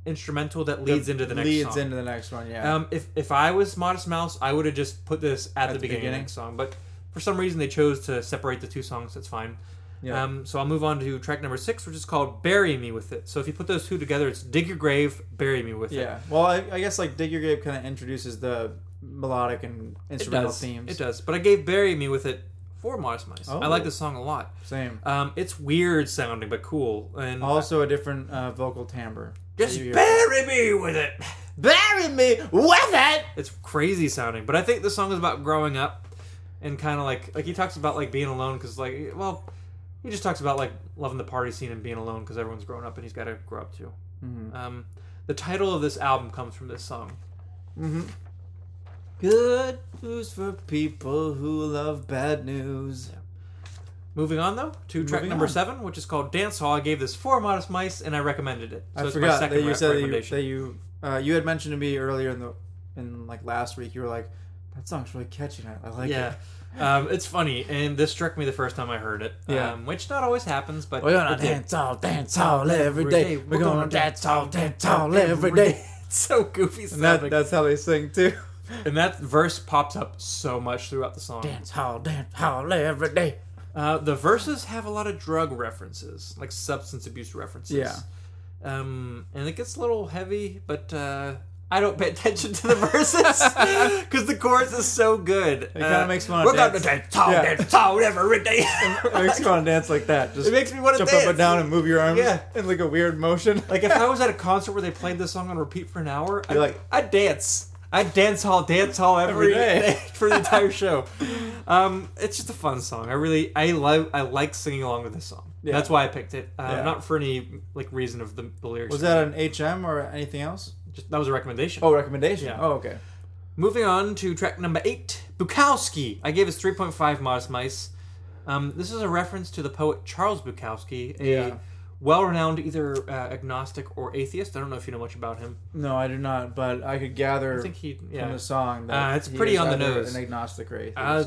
Speaker 1: instrumental that leads into the next
Speaker 2: leads
Speaker 1: song.
Speaker 2: into the next one. Yeah.
Speaker 1: um, if if I was Modest Mouse, I would have just put this at, the,
Speaker 2: the
Speaker 1: beginning, of the
Speaker 2: beginning.
Speaker 1: next song. But for some reason, they chose to separate the two songs. That's fine.
Speaker 2: Yeah.
Speaker 1: Um, so I'll move on to track number six, which is called "Bury Me with It." So if you put those two together, it's "Dig Your Grave," "Bury Me with It."
Speaker 2: yeah. Well, I, I guess like Dig Your Grave kind of introduces the melodic and
Speaker 1: It
Speaker 2: instrumental
Speaker 1: does.
Speaker 2: themes.
Speaker 1: It does. But I gave "Bury Me with It" for Modest Mouse. I
Speaker 2: Oh.
Speaker 1: like this song a lot.
Speaker 2: Same.
Speaker 1: Um, it's weird sounding but cool, and
Speaker 2: Also a different uh, vocal timbre.
Speaker 1: just
Speaker 2: You hear-
Speaker 1: bury me with it.
Speaker 2: bury me with it.
Speaker 1: it's crazy sounding but i think the song is about growing up and kind of like like he talks about like being alone because like well he just talks about like loving the party scene and being alone because everyone's grown up and he's got to grow up too
Speaker 2: Mm-hmm.
Speaker 1: um, the title of this album comes from this song
Speaker 2: Good news for people who love bad news.
Speaker 1: moving on though to track
Speaker 2: Moving
Speaker 1: number
Speaker 2: on.
Speaker 1: seven which is called dance hall i gave this four modest mice and i recommended it so
Speaker 2: I
Speaker 1: it's my
Speaker 2: forgot
Speaker 1: second
Speaker 2: that you
Speaker 1: rec-
Speaker 2: said that you,
Speaker 1: recommendation
Speaker 2: that you uh, you had mentioned to me earlier in the in like last week. You were like, "That song's really catchy. I, I like
Speaker 1: yeah
Speaker 2: it."
Speaker 1: um, it's funny and this struck me the first time i heard it
Speaker 2: Yeah. Oh,
Speaker 1: um, which not always happens but
Speaker 2: We're gonna
Speaker 1: it did.
Speaker 2: dance all, dance all every day. We're gonna dance all, dance all every day.
Speaker 1: it's so goofy sounding.
Speaker 2: And that, that's how they sing too.
Speaker 1: And that verse pops up so much throughout the song.
Speaker 2: Dance all, dance all every day.
Speaker 1: Uh, the verses have a lot of drug references, like substance abuse references.
Speaker 2: Yeah.
Speaker 1: Um, and it gets a little heavy, but uh, I don't pay attention to the verses because the chorus is so good. It
Speaker 2: kinda makes me wanna
Speaker 1: We're
Speaker 2: dance."
Speaker 1: gonna dance all,
Speaker 2: Yeah.
Speaker 1: dance all every day.
Speaker 2: It makes you want to dance like that. Just
Speaker 1: It makes me wanna
Speaker 2: jump
Speaker 1: dance.
Speaker 2: up and down and move your arms
Speaker 1: Yeah.
Speaker 2: in like a weird motion.
Speaker 1: like if I was at a concert where they played this song on repeat for an hour, I
Speaker 2: You're like-
Speaker 1: I'd dance. I'd dance hall, dance hall every
Speaker 2: Every
Speaker 1: day.
Speaker 2: day.
Speaker 1: for the entire show. Um, it's just a fun song. I really, I love, I like singing along with this song.
Speaker 2: Yeah.
Speaker 1: That's why I picked it. Uh,
Speaker 2: Yeah.
Speaker 1: Not for any like reason of the, the lyrics.
Speaker 2: Was that an HM or anything else?
Speaker 1: Just, that was a recommendation?
Speaker 2: Oh, recommendation.
Speaker 1: Yeah.
Speaker 2: Oh, okay.
Speaker 1: Moving on to track number eight, Bukowski. I gave us 3.5 Modest Mice. Um, this is a reference to the poet Charles Bukowski, a
Speaker 2: Yeah.
Speaker 1: well-renowned either uh, agnostic or atheist. I don't know if you know much about him.
Speaker 2: No, I do not. But I could gather.
Speaker 1: I think he, yeah,
Speaker 2: from the song. That
Speaker 1: Uh, it's
Speaker 2: he
Speaker 1: pretty
Speaker 2: is
Speaker 1: on the
Speaker 2: either
Speaker 1: nose.
Speaker 2: An agnostic race.
Speaker 1: uh,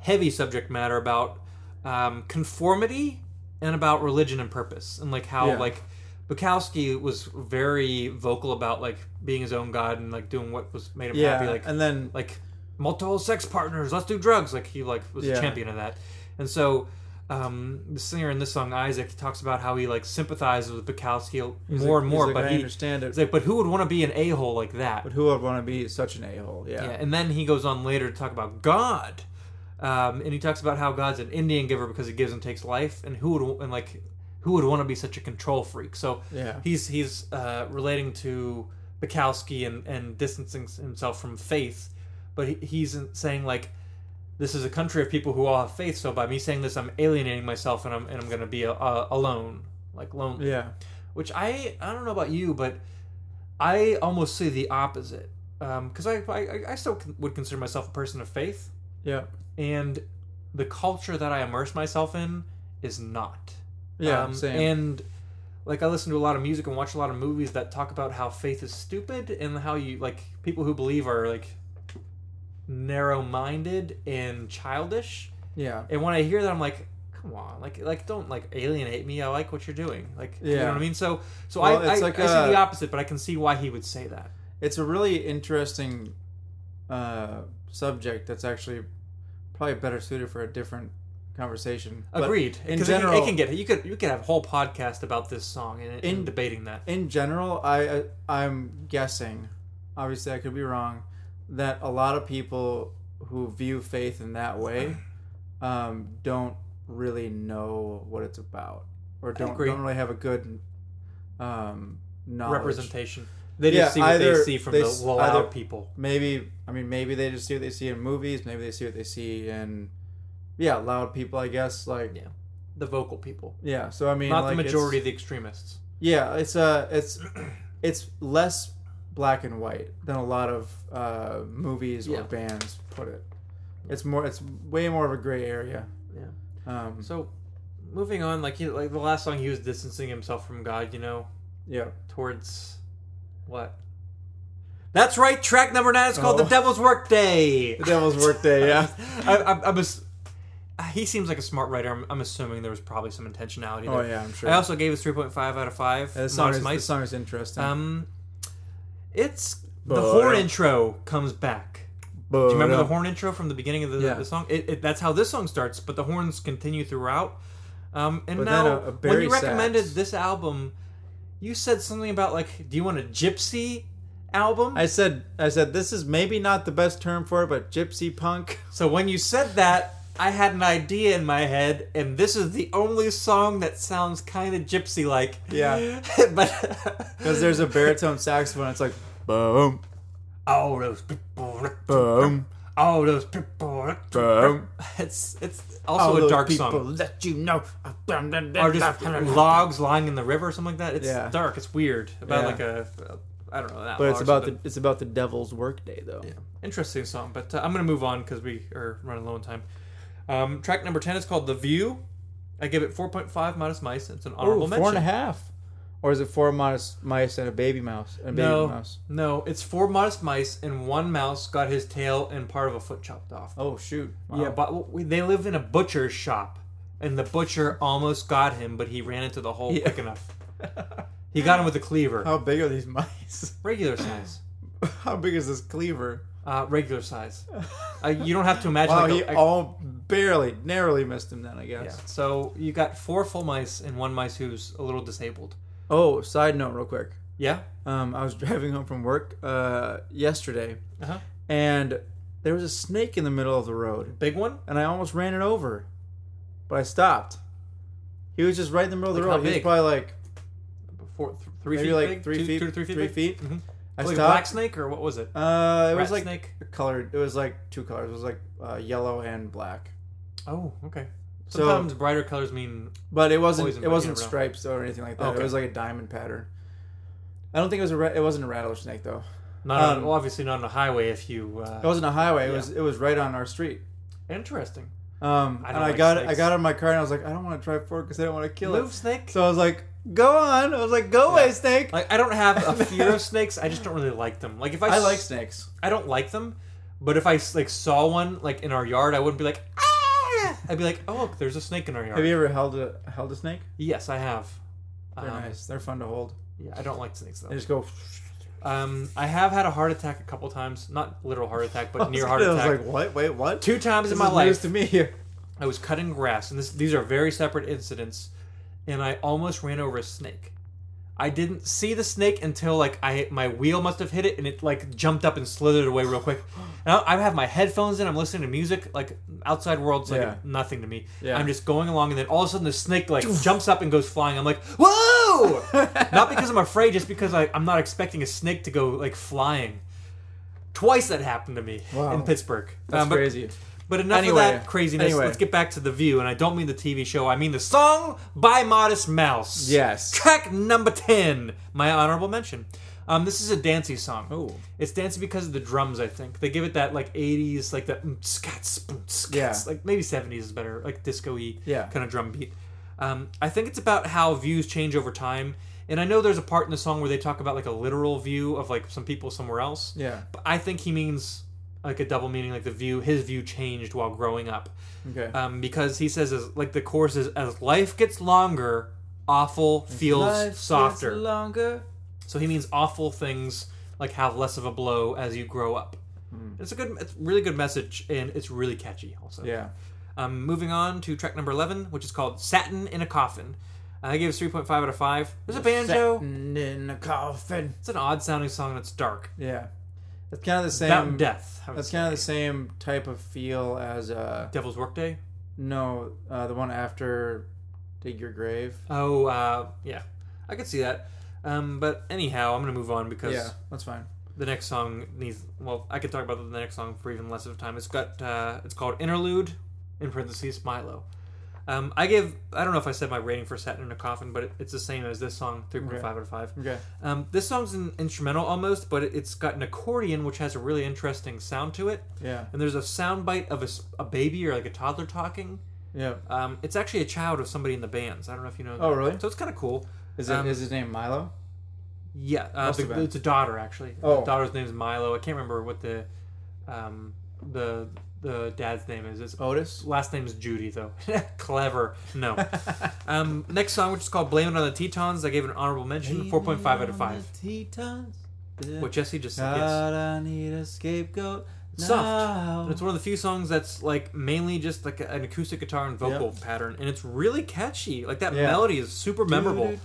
Speaker 1: heavy subject matter about um, conformity and about religion and purpose and like how
Speaker 2: Yeah.
Speaker 1: like Bukowski was very vocal about like being his own god and like doing what was made him
Speaker 2: yeah,
Speaker 1: happy. Like
Speaker 2: and then
Speaker 1: like multiple sex partners let's do drugs like he like was
Speaker 2: Yeah.
Speaker 1: a champion of that and so um the singer in this song isaac talks about how he like sympathizes with bukowski
Speaker 2: he's
Speaker 1: more
Speaker 2: like-
Speaker 1: and
Speaker 2: he's
Speaker 1: more
Speaker 2: like,
Speaker 1: but
Speaker 2: I
Speaker 1: he
Speaker 2: understand it.
Speaker 1: he's like but who would want to be an a-hole like that
Speaker 2: but who would want to be such an a hole? Yeah.
Speaker 1: yeah. and then he goes on later to talk about god um and he talks about how god's an indian giver because he gives and takes life and who would and like who would want to be such a control freak so
Speaker 2: Yeah.
Speaker 1: he's he's uh relating to bukowski and and distancing himself from faith but he, he's saying like this is a country of people who all have faith so by me saying this i'm alienating myself and i'm and i'm gonna be uh, alone like lone
Speaker 2: Yeah.
Speaker 1: which I I don't know about you, but I almost see the opposite because I, I I still con- would consider myself a person of faith,
Speaker 2: Yeah.
Speaker 1: and the culture that I immerse myself in is not.
Speaker 2: Yeah.
Speaker 1: Um,
Speaker 2: same.
Speaker 1: And like I listen to a lot of music and watch a lot of movies that talk about how faith is stupid and how you like people who believe are like narrow-minded and childish.
Speaker 2: yeah.
Speaker 1: And when I hear that, I'm like, come on, like, like don't like alienate me. I like what you're doing. Like, you know
Speaker 2: Yeah.
Speaker 1: what I mean? So, so
Speaker 2: Well,
Speaker 1: I,
Speaker 2: it's
Speaker 1: I,
Speaker 2: like uh,
Speaker 1: I see the
Speaker 2: a-
Speaker 1: opposite, but I can see why he would say that.
Speaker 2: It's a really interesting uh, subject that's actually probably better suited for a different conversation. But
Speaker 1: Agreed.
Speaker 2: in
Speaker 1: 'Cause it can-
Speaker 2: general,
Speaker 1: it, can get you could you could have a whole podcast about this song and, and
Speaker 2: In-
Speaker 1: debating that.
Speaker 2: in general, I I- I'm guessing, obviously I could be wrong, that a lot of people who view faith in that way um, don't really know what it's about or don't
Speaker 1: agree.
Speaker 2: don't really have a good um, knowledge.
Speaker 1: Representation. They just
Speaker 2: Yeah,
Speaker 1: see what they
Speaker 2: either
Speaker 1: see from
Speaker 2: they
Speaker 1: the
Speaker 2: s-
Speaker 1: loud
Speaker 2: either-
Speaker 1: people.
Speaker 2: Maybe I mean maybe they just see what they see in movies. Maybe they see what they see in yeah loud people. I guess like
Speaker 1: Yeah.
Speaker 2: yeah.
Speaker 1: The vocal people.
Speaker 2: so I mean
Speaker 1: Not
Speaker 2: like,
Speaker 1: the
Speaker 2: it's-
Speaker 1: majority of the extremists.
Speaker 2: Yeah, it's uh it's it's less black and white than a lot of uh, movies
Speaker 1: Yeah.
Speaker 2: or bands put it. It's more it's way more of a gray area.
Speaker 1: Yeah.
Speaker 2: Um,
Speaker 1: So moving on, like he, like the last song he was distancing himself from God, you know,
Speaker 2: yeah,
Speaker 1: towards what? That's right, track number nine is called
Speaker 2: Oh.
Speaker 1: The Devil's Workday.
Speaker 2: the Devil's Workday. Yeah,
Speaker 1: I, I, I was. He seems like a smart writer. I'm, I'm assuming there was probably some intentionality. There.
Speaker 2: oh yeah, I'm sure.
Speaker 1: I also gave this 3.5 out of five.
Speaker 2: Yeah, this song
Speaker 1: Modest
Speaker 2: is,
Speaker 1: Mice.
Speaker 2: this song is interesting.
Speaker 1: Um, it's the
Speaker 2: But-
Speaker 1: horn intro comes back.
Speaker 2: But,
Speaker 1: Do you remember
Speaker 2: uh,
Speaker 1: the horn intro from the beginning of the,
Speaker 2: Yeah.
Speaker 1: the song? It, it, that's how this song starts, but the horns continue throughout. Um, and
Speaker 2: But
Speaker 1: now,
Speaker 2: then a- a
Speaker 1: when
Speaker 2: very
Speaker 1: you recommended
Speaker 2: sax.
Speaker 1: this album, you said something about like, "Do you want a gypsy album?"
Speaker 2: I said I said this is maybe not the best term for it, but gypsy punk.
Speaker 1: so when you said that, I had an idea in my head, and this is the only song that sounds kind of gypsy-like.
Speaker 2: Yeah.
Speaker 1: but
Speaker 2: Because there's a baritone saxophone. It's like boom,
Speaker 1: all those people,
Speaker 2: boom,
Speaker 1: all those people.
Speaker 2: boom.
Speaker 1: It's it's
Speaker 2: All
Speaker 1: also a
Speaker 2: those
Speaker 1: dark
Speaker 2: people
Speaker 1: song.
Speaker 2: Let you know.
Speaker 1: or just logs lying in the river or something like that. It's
Speaker 2: Yeah.
Speaker 1: dark. It's weird. About
Speaker 2: Yeah.
Speaker 1: like a, I don't know. That
Speaker 2: But it's about the it's about the devil's workday though.
Speaker 1: interesting song. But uh, I'm gonna move on because we are running low on time. Um, track number ten is called "The View." I give it 4.5 modest mice. It's an honorable
Speaker 2: Ooh,
Speaker 1: mention.
Speaker 2: four and a half, or is it four modest mice and a baby mouse? And a baby
Speaker 1: No,
Speaker 2: mouse.
Speaker 1: no, it's four modest mice and one mouse got his tail and part of a foot chopped off.
Speaker 2: Oh shoot! Wow.
Speaker 1: Yeah, but w- they live in a butcher's shop, and the butcher almost got him, but he ran into the hole quick enough. He got him with a cleaver.
Speaker 2: How big are these mice?
Speaker 1: Regular size.
Speaker 2: How big is this cleaver?
Speaker 1: Uh, regular size. Uh, you don't have to imagine.
Speaker 2: Wow,
Speaker 1: like,
Speaker 2: he
Speaker 1: a- a-
Speaker 2: all barely, narrowly missed him then, I
Speaker 1: yeah.
Speaker 2: guess.
Speaker 1: So you got four full mice and one mice who's a little disabled.
Speaker 2: Oh, side note, real quick.
Speaker 1: Yeah.
Speaker 2: Um, I was driving home from work uh, yesterday,
Speaker 1: Uh huh.
Speaker 2: and there was a snake in the middle of the road,
Speaker 1: Big one.
Speaker 2: and I almost ran it over, but I stopped. He was just right in the middle of the
Speaker 1: Like, how
Speaker 2: road. He was
Speaker 1: big?
Speaker 2: probably like
Speaker 1: Four, th- three
Speaker 2: maybe
Speaker 1: feet.
Speaker 2: like
Speaker 1: big?
Speaker 2: three
Speaker 1: Two-
Speaker 2: feet,
Speaker 1: two to three feet.
Speaker 2: three
Speaker 1: big?
Speaker 2: feet.
Speaker 1: Mhm.
Speaker 2: I
Speaker 1: Like a
Speaker 2: stopped.
Speaker 1: black snake or what was it?
Speaker 2: Uh, it
Speaker 1: Rat
Speaker 2: was like
Speaker 1: snake.
Speaker 2: colored. It was like two colors. It was like uh, yellow and black.
Speaker 1: Oh, okay.
Speaker 2: So-
Speaker 1: Sometimes brighter colors mean
Speaker 2: But it wasn't.
Speaker 1: Poison,
Speaker 2: it
Speaker 1: but
Speaker 2: wasn't
Speaker 1: yeah, no.
Speaker 2: stripes though, or anything like that.
Speaker 1: Okay.
Speaker 2: It was like a diamond pattern. I don't think it was a. Ra- it wasn't a rattlesnake though.
Speaker 1: not. on,
Speaker 2: Um, Oh.
Speaker 1: well, obviously not on a highway. If you
Speaker 2: It
Speaker 1: uh,
Speaker 2: wasn't a highway. It
Speaker 1: Yeah.
Speaker 2: was. It was right on our street.
Speaker 1: interesting. I
Speaker 2: Um, and
Speaker 1: don't
Speaker 2: I
Speaker 1: like
Speaker 2: got. I
Speaker 1: snakes.
Speaker 2: got out of my car and I was like, I don't want to drive forward because I don't want to kill
Speaker 1: Move
Speaker 2: it.
Speaker 1: snake.
Speaker 2: So I was like, Go on. I was like, Go away, snake.
Speaker 1: like I don't have a fear of snakes. I just don't really like them. Like if I
Speaker 2: I
Speaker 1: s-
Speaker 2: like snakes.
Speaker 1: I don't like them, but if I like saw one like in our yard, I wouldn't be like ah. I'd be like, oh look, there's a snake in our yard.
Speaker 2: Have you ever held a held a snake?
Speaker 1: yes, I have.
Speaker 2: They're
Speaker 1: Um,
Speaker 2: nice. They're fun to hold.
Speaker 1: Yeah, I don't like snakes
Speaker 2: They
Speaker 1: though.
Speaker 2: just go.
Speaker 1: Um, I have had a heart attack a couple times. Not literal heart attack, but near
Speaker 2: I
Speaker 1: heart
Speaker 2: was
Speaker 1: attack.
Speaker 2: like, what? Wait, what?
Speaker 1: Two times
Speaker 2: This
Speaker 1: in
Speaker 2: is
Speaker 1: my life, Um,
Speaker 2: news to me.
Speaker 1: I was cutting grass, and this, these are very separate incidents, and I almost ran over a snake. I didn't see the snake until like I my wheel must have hit it, and it like jumped up and slithered away real quick. And I, I have my headphones in, I'm listening to music, like outside world's like
Speaker 2: Yeah.
Speaker 1: nothing to me.
Speaker 2: Yeah.
Speaker 1: I'm just going along, and then all of a sudden the snake like jumps up and goes flying. I'm like, whoa! not because I'm afraid, just because I, I'm not expecting a snake to go like flying. Twice that happened to me
Speaker 2: Wow.
Speaker 1: in Pittsburgh.
Speaker 2: That's
Speaker 1: Um, but-
Speaker 2: crazy.
Speaker 1: but enough
Speaker 2: Anyway,
Speaker 1: of that craziness.
Speaker 2: anyway.
Speaker 1: Let's get back to the view, and I don't mean the TV show. I mean the song by Modest Mouse.
Speaker 2: Yes.
Speaker 1: Track number ten, my honorable mention. Um, this is a dancey song.
Speaker 2: Oh.
Speaker 1: It's dancey because of the drums. I think they give it that like '80s, like the mm, scat spoon
Speaker 2: Yeah.
Speaker 1: scats, like maybe '70s is better, like disco-y
Speaker 2: Yeah.
Speaker 1: kind of drum beat. Um, I think it's about how views change over time. And I know there's a part in the song where they talk about like a literal view of like some people somewhere else.
Speaker 2: Yeah.
Speaker 1: But I think he means like a double meaning, like the view, his view changed while growing up.
Speaker 2: Okay.
Speaker 1: Um, because he says, as, like, the chorus is, as life gets longer, awful feels softer.
Speaker 2: longer.
Speaker 1: so he means awful things, like, have less of a blow as you grow up.
Speaker 2: Hmm.
Speaker 1: It's a good, it's a really good message, and it's really catchy also.
Speaker 2: Yeah.
Speaker 1: Um, moving on to track number 11, which is called Satin in a Coffin. I gave it 3.5 out of 5. There's a banjo.
Speaker 2: Sitting in a coffin.
Speaker 1: It's an odd sounding song, and it's dark.
Speaker 2: Yeah. That's kind of the same.
Speaker 1: About death. I would
Speaker 2: That's
Speaker 1: say.
Speaker 2: kind of the same type of feel as uh
Speaker 1: Devil's Workday.
Speaker 2: no uh the one after dig your grave.
Speaker 1: Oh, uh, yeah. I could see that. Um, but anyhow, I'm going to move on because
Speaker 2: Yeah, that's fine.
Speaker 1: the next song needs. Well, I could talk about the next song for even less of time. It's got. Uh, it's called Interlude, in parentheses, Milo. Um, I give. I don't know if I said my rating for Satin in a Coffin, but it, it's the same as this song, 3.5 out of 5.
Speaker 2: Okay.
Speaker 1: Um, this song's an instrumental almost, but it, it's got an accordion which has a really interesting sound to it.
Speaker 2: Yeah.
Speaker 1: And there's a sound bite of a, s- a baby or like a toddler talking.
Speaker 2: Yeah.
Speaker 1: Um, it's actually a child of somebody in the bands. I don't know if you know.
Speaker 2: Oh,
Speaker 1: that.
Speaker 2: really?
Speaker 1: So it's kind of cool.
Speaker 2: Is it is
Speaker 1: Um,
Speaker 2: his name Milo?
Speaker 1: Yeah, uh,
Speaker 2: Must
Speaker 1: the-
Speaker 2: have been.
Speaker 1: it's a daughter actually.
Speaker 2: Oh.
Speaker 1: The daughter's name is Milo. I can't remember what the um, the the dad's name is. His
Speaker 2: Otis?
Speaker 1: last name is Judy though. Clever. No. um, next song, which is called "Blame It on the Tetons," I gave it an honorable mention, four point five out of five.
Speaker 2: Tetons.
Speaker 1: What Jesse just said. Yes.
Speaker 2: God, I need a scapegoat.
Speaker 1: Soft. And
Speaker 2: now.
Speaker 1: It's one of the few songs that's like mainly just like an acoustic guitar and vocal pattern, and it's really catchy. Like that
Speaker 2: Yeah.
Speaker 1: melody is super memorable.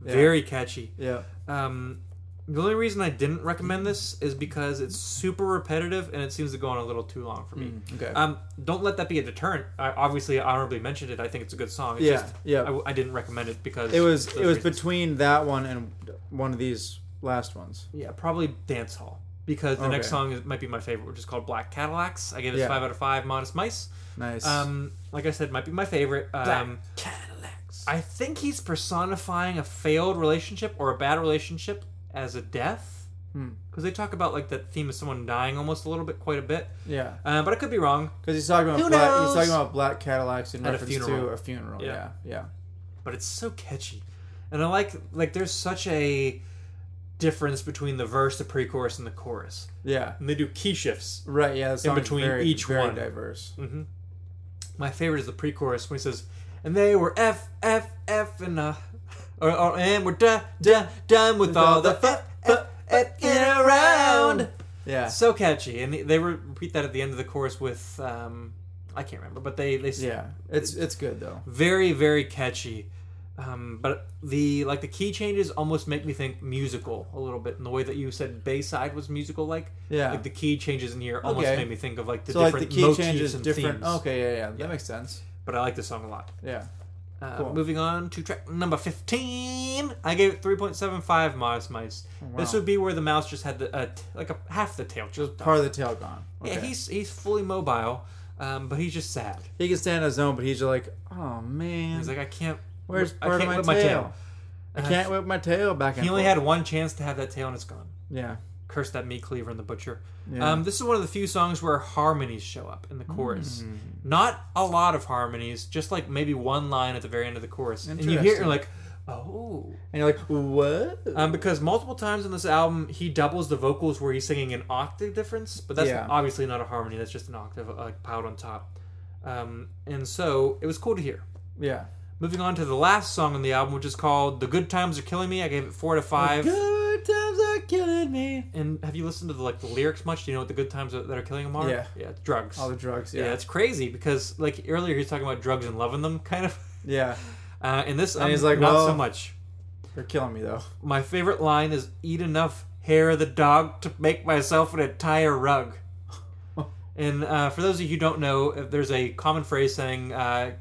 Speaker 1: Very catchy.
Speaker 2: Yeah.
Speaker 1: Um, the only reason I didn't recommend this is because it's super repetitive and it seems to go on a little too long for me.
Speaker 2: Okay.
Speaker 1: Um, don't let that be a deterrent. I obviously honorably mentioned it. I think it's a good song. It's
Speaker 2: Yeah,
Speaker 1: just,
Speaker 2: yeah.
Speaker 1: I, I didn't recommend it because
Speaker 2: it was
Speaker 1: those
Speaker 2: it was
Speaker 1: reasons.
Speaker 2: between that one and one of these last ones.
Speaker 1: yeah probably dance hall because the next
Speaker 2: Okay.
Speaker 1: song is, might be my favorite, which is called Black Cadillacs. I gave it a
Speaker 2: Yeah.
Speaker 1: five out of five. Modest Mice.
Speaker 2: Nice.
Speaker 1: Um, like I said, might be my favorite. Um,
Speaker 2: Cadillacs.
Speaker 1: I think he's personifying a failed relationship or a bad relationship as a death. Because they talk about like that theme of someone dying almost a little bit, quite a bit.
Speaker 2: Yeah,
Speaker 1: Uh, but I could be wrong.
Speaker 2: because he's talking
Speaker 1: Who
Speaker 2: about black, he's
Speaker 1: knows?
Speaker 2: talking about black Cadillacs in
Speaker 1: At a
Speaker 2: reference to
Speaker 1: funeral.
Speaker 2: a funeral.
Speaker 1: Yeah.
Speaker 2: Yeah, yeah,
Speaker 1: But it's so catchy, and I like like there's such a difference between the verse, the pre-chorus, and the chorus.
Speaker 2: yeah.
Speaker 1: And they do key shifts.
Speaker 2: Right. Yeah. the song is
Speaker 1: between
Speaker 2: very,
Speaker 1: each
Speaker 2: very
Speaker 1: one.
Speaker 2: diverse.
Speaker 1: My favorite is the pre-chorus when he says, "And they were f f f and uh, or, or and we're done done done with all the f f f-ing around."
Speaker 2: Yeah.
Speaker 1: so catchy and they re- repeat that at the end of the chorus with um i can't remember but they they s-
Speaker 2: Yeah. It's it's good though.
Speaker 1: very very catchy um but the like the key changes almost make me think musical a little bit in the way that you said bayside was musical like
Speaker 2: Yeah.
Speaker 1: like the key changes in here almost
Speaker 2: Okay.
Speaker 1: made me think of like the
Speaker 2: So like
Speaker 1: different
Speaker 2: the key
Speaker 1: motifs
Speaker 2: changes
Speaker 1: and
Speaker 2: different.
Speaker 1: themes
Speaker 2: Okay. Yeah, yeah. That makes sense.
Speaker 1: but i like this song a lot
Speaker 2: Yeah.
Speaker 1: uh,
Speaker 2: Cool.
Speaker 1: moving on to track number 15 i gave it 3.75 modest mice
Speaker 2: Oh,
Speaker 1: this would be where the mouse just had the uh, t- like a half the tail just
Speaker 2: Part of the tail gone. Okay.
Speaker 1: yeah he's he's fully mobile um, but he's just sad
Speaker 2: he can stand on his own, but he's just like, oh man,
Speaker 1: He's like, I can't.
Speaker 2: where's
Speaker 1: I
Speaker 2: part
Speaker 1: can't
Speaker 2: of my
Speaker 1: whip
Speaker 2: tail?
Speaker 1: my tail. Uh,
Speaker 2: I can't whip my tail back.
Speaker 1: He only had one chance to have that tail, and it's gone.
Speaker 2: Yeah.
Speaker 1: Curse that meat cleaver and the butcher.
Speaker 2: Yeah.
Speaker 1: Um, this is one of the few songs where harmonies show up in the chorus. Not a lot of harmonies, just like maybe one line at the very end of the chorus, and you hear it, and you're like, Oh.
Speaker 2: and you're like, what?
Speaker 1: Um, because multiple times on this album, he doubles the vocals where he's singing an octave difference, but that's
Speaker 2: Yeah.
Speaker 1: obviously not a harmony. That's just an octave uh, like piled on top. Um, and so it was cool to hear.
Speaker 2: yeah.
Speaker 1: Moving on to the last song on the album, which is called "The Good Times Are Killing Me." I gave it four out of five.
Speaker 2: Good times are killing me.
Speaker 1: And have you listened to the, like the lyrics much? Do you know what the good times are, that are killing them are?
Speaker 2: Yeah.
Speaker 1: yeah, it's drugs.
Speaker 2: All the drugs.
Speaker 1: yeah.
Speaker 2: Yeah.
Speaker 1: it's crazy because like earlier he was talking about drugs and loving them, kind of.
Speaker 2: Yeah.
Speaker 1: Uh, and this, um,
Speaker 2: he's like,
Speaker 1: not so
Speaker 2: well-
Speaker 1: much.
Speaker 2: They're killing me though.
Speaker 1: My favorite line is eat enough hair of the dog to make myself an entire rug. and uh, for those of you who don't know, if there's a common phrase saying, uh,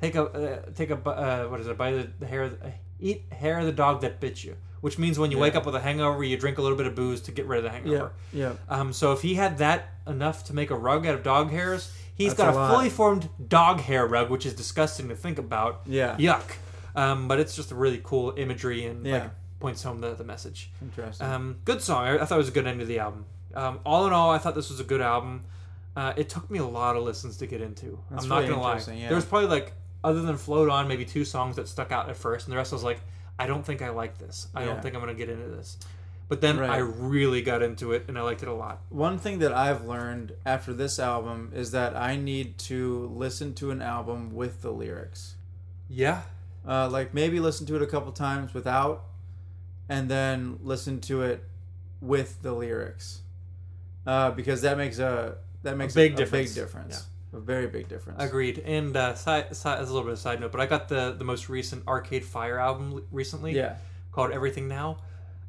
Speaker 1: take a, uh, take a, bu- uh, what is it, by the hair, of the, eat hair of the dog that bit you, which means when you wake up with a hangover, you drink a little bit of booze to get rid of the
Speaker 2: Yeah.
Speaker 1: hangover.
Speaker 2: Yeah.
Speaker 1: Um, so if he had that enough to make a rug out of dog hairs, he's got
Speaker 2: That's a
Speaker 1: a,
Speaker 2: lot.
Speaker 1: fully formed dog hair rug, which is disgusting to think about.
Speaker 2: Yeah.
Speaker 1: Yuck. Um, but it's just a really cool imagery and
Speaker 2: Yeah.
Speaker 1: like points home the, the message.
Speaker 2: Interesting.
Speaker 1: Um, good song. I, I thought it was a good end to the album. Um, all in all, I thought this was a good album. Uh, it took me a lot of listens to get into.
Speaker 2: That's
Speaker 1: I'm not
Speaker 2: really
Speaker 1: gonna lie.
Speaker 2: interesting, yeah.
Speaker 1: There was probably like other than Float On, maybe two songs that stuck out at first, and the rest I was like, I don't think I like this. I
Speaker 2: Yeah.
Speaker 1: don't think I'm gonna get into this. But then
Speaker 2: Right.
Speaker 1: I really got into it and I liked it a lot.
Speaker 2: One thing that I've learned after this album is that I need to listen to an album with the lyrics.
Speaker 1: Yeah.
Speaker 2: Uh, like maybe listen to it a couple times without, and then listen to it with the lyrics, uh, because that makes a that makes
Speaker 1: big
Speaker 2: a,
Speaker 1: difference.
Speaker 2: big difference. A very big difference.
Speaker 1: Agreed. And uh, side, side, as a little bit of a side note, but I got the the most recent Arcade Fire album l- recently.
Speaker 2: Yeah,
Speaker 1: Called Everything Now,